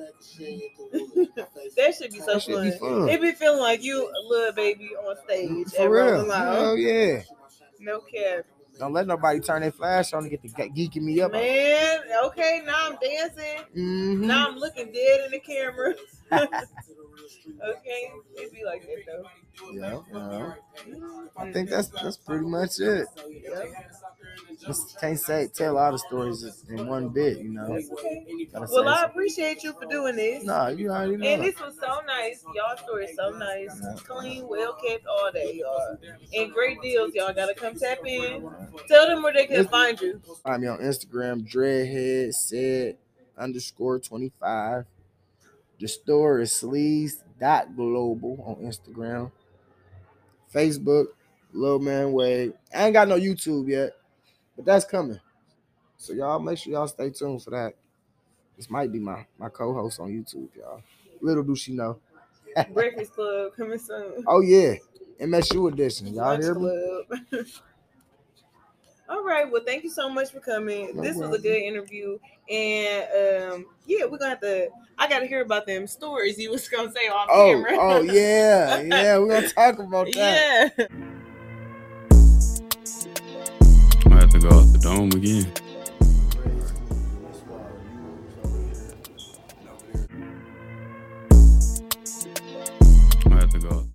that should be so
That should
fun.
be fun.
It be feeling like you a little baby on stage at
For real.
Rolling Loud.
Hell yeah!
No cap.
Don't let nobody turn their flash on to get the ge- geeking me up.
Man, okay, now I'm dancing.
hmm
Now I'm looking dead in the camera. okay, it be like that though.
Yeah, yeah. I think that's that's pretty much it. Just can't say tell all the stories in one bit, you know. Gotta say
Well, I
some-
appreciate you for doing this.
Nah, you already know.
And this was so nice. Y'all store is so nice.
Yeah.
Clean, well kept, all that, y'all. And great deals, y'all. Gotta come tap in. Tell them where they can find you.
Find me on Instagram, dreadhead said underscore 25. The store is sleaze dot global on Instagram. Facebook, Lil Man Wade. I ain't got no YouTube yet, but that's coming. So y'all make sure y'all stay tuned for that. This might be my, my co-host on YouTube, y'all. Little do she know.
Breakfast Club coming soon.
Oh yeah. MSU edition. Y'all
Lunch
hear me?
Club. All right. Well, thank you so much for coming.
No
this was a
problem.
good interview, and um, yeah, we're gonna have to. I gotta hear about them stories you was gonna say on
Oh,
camera.
oh yeah. Yeah, we're gonna talk about that.
yeah.
I have to go off the dome again. I have to go off.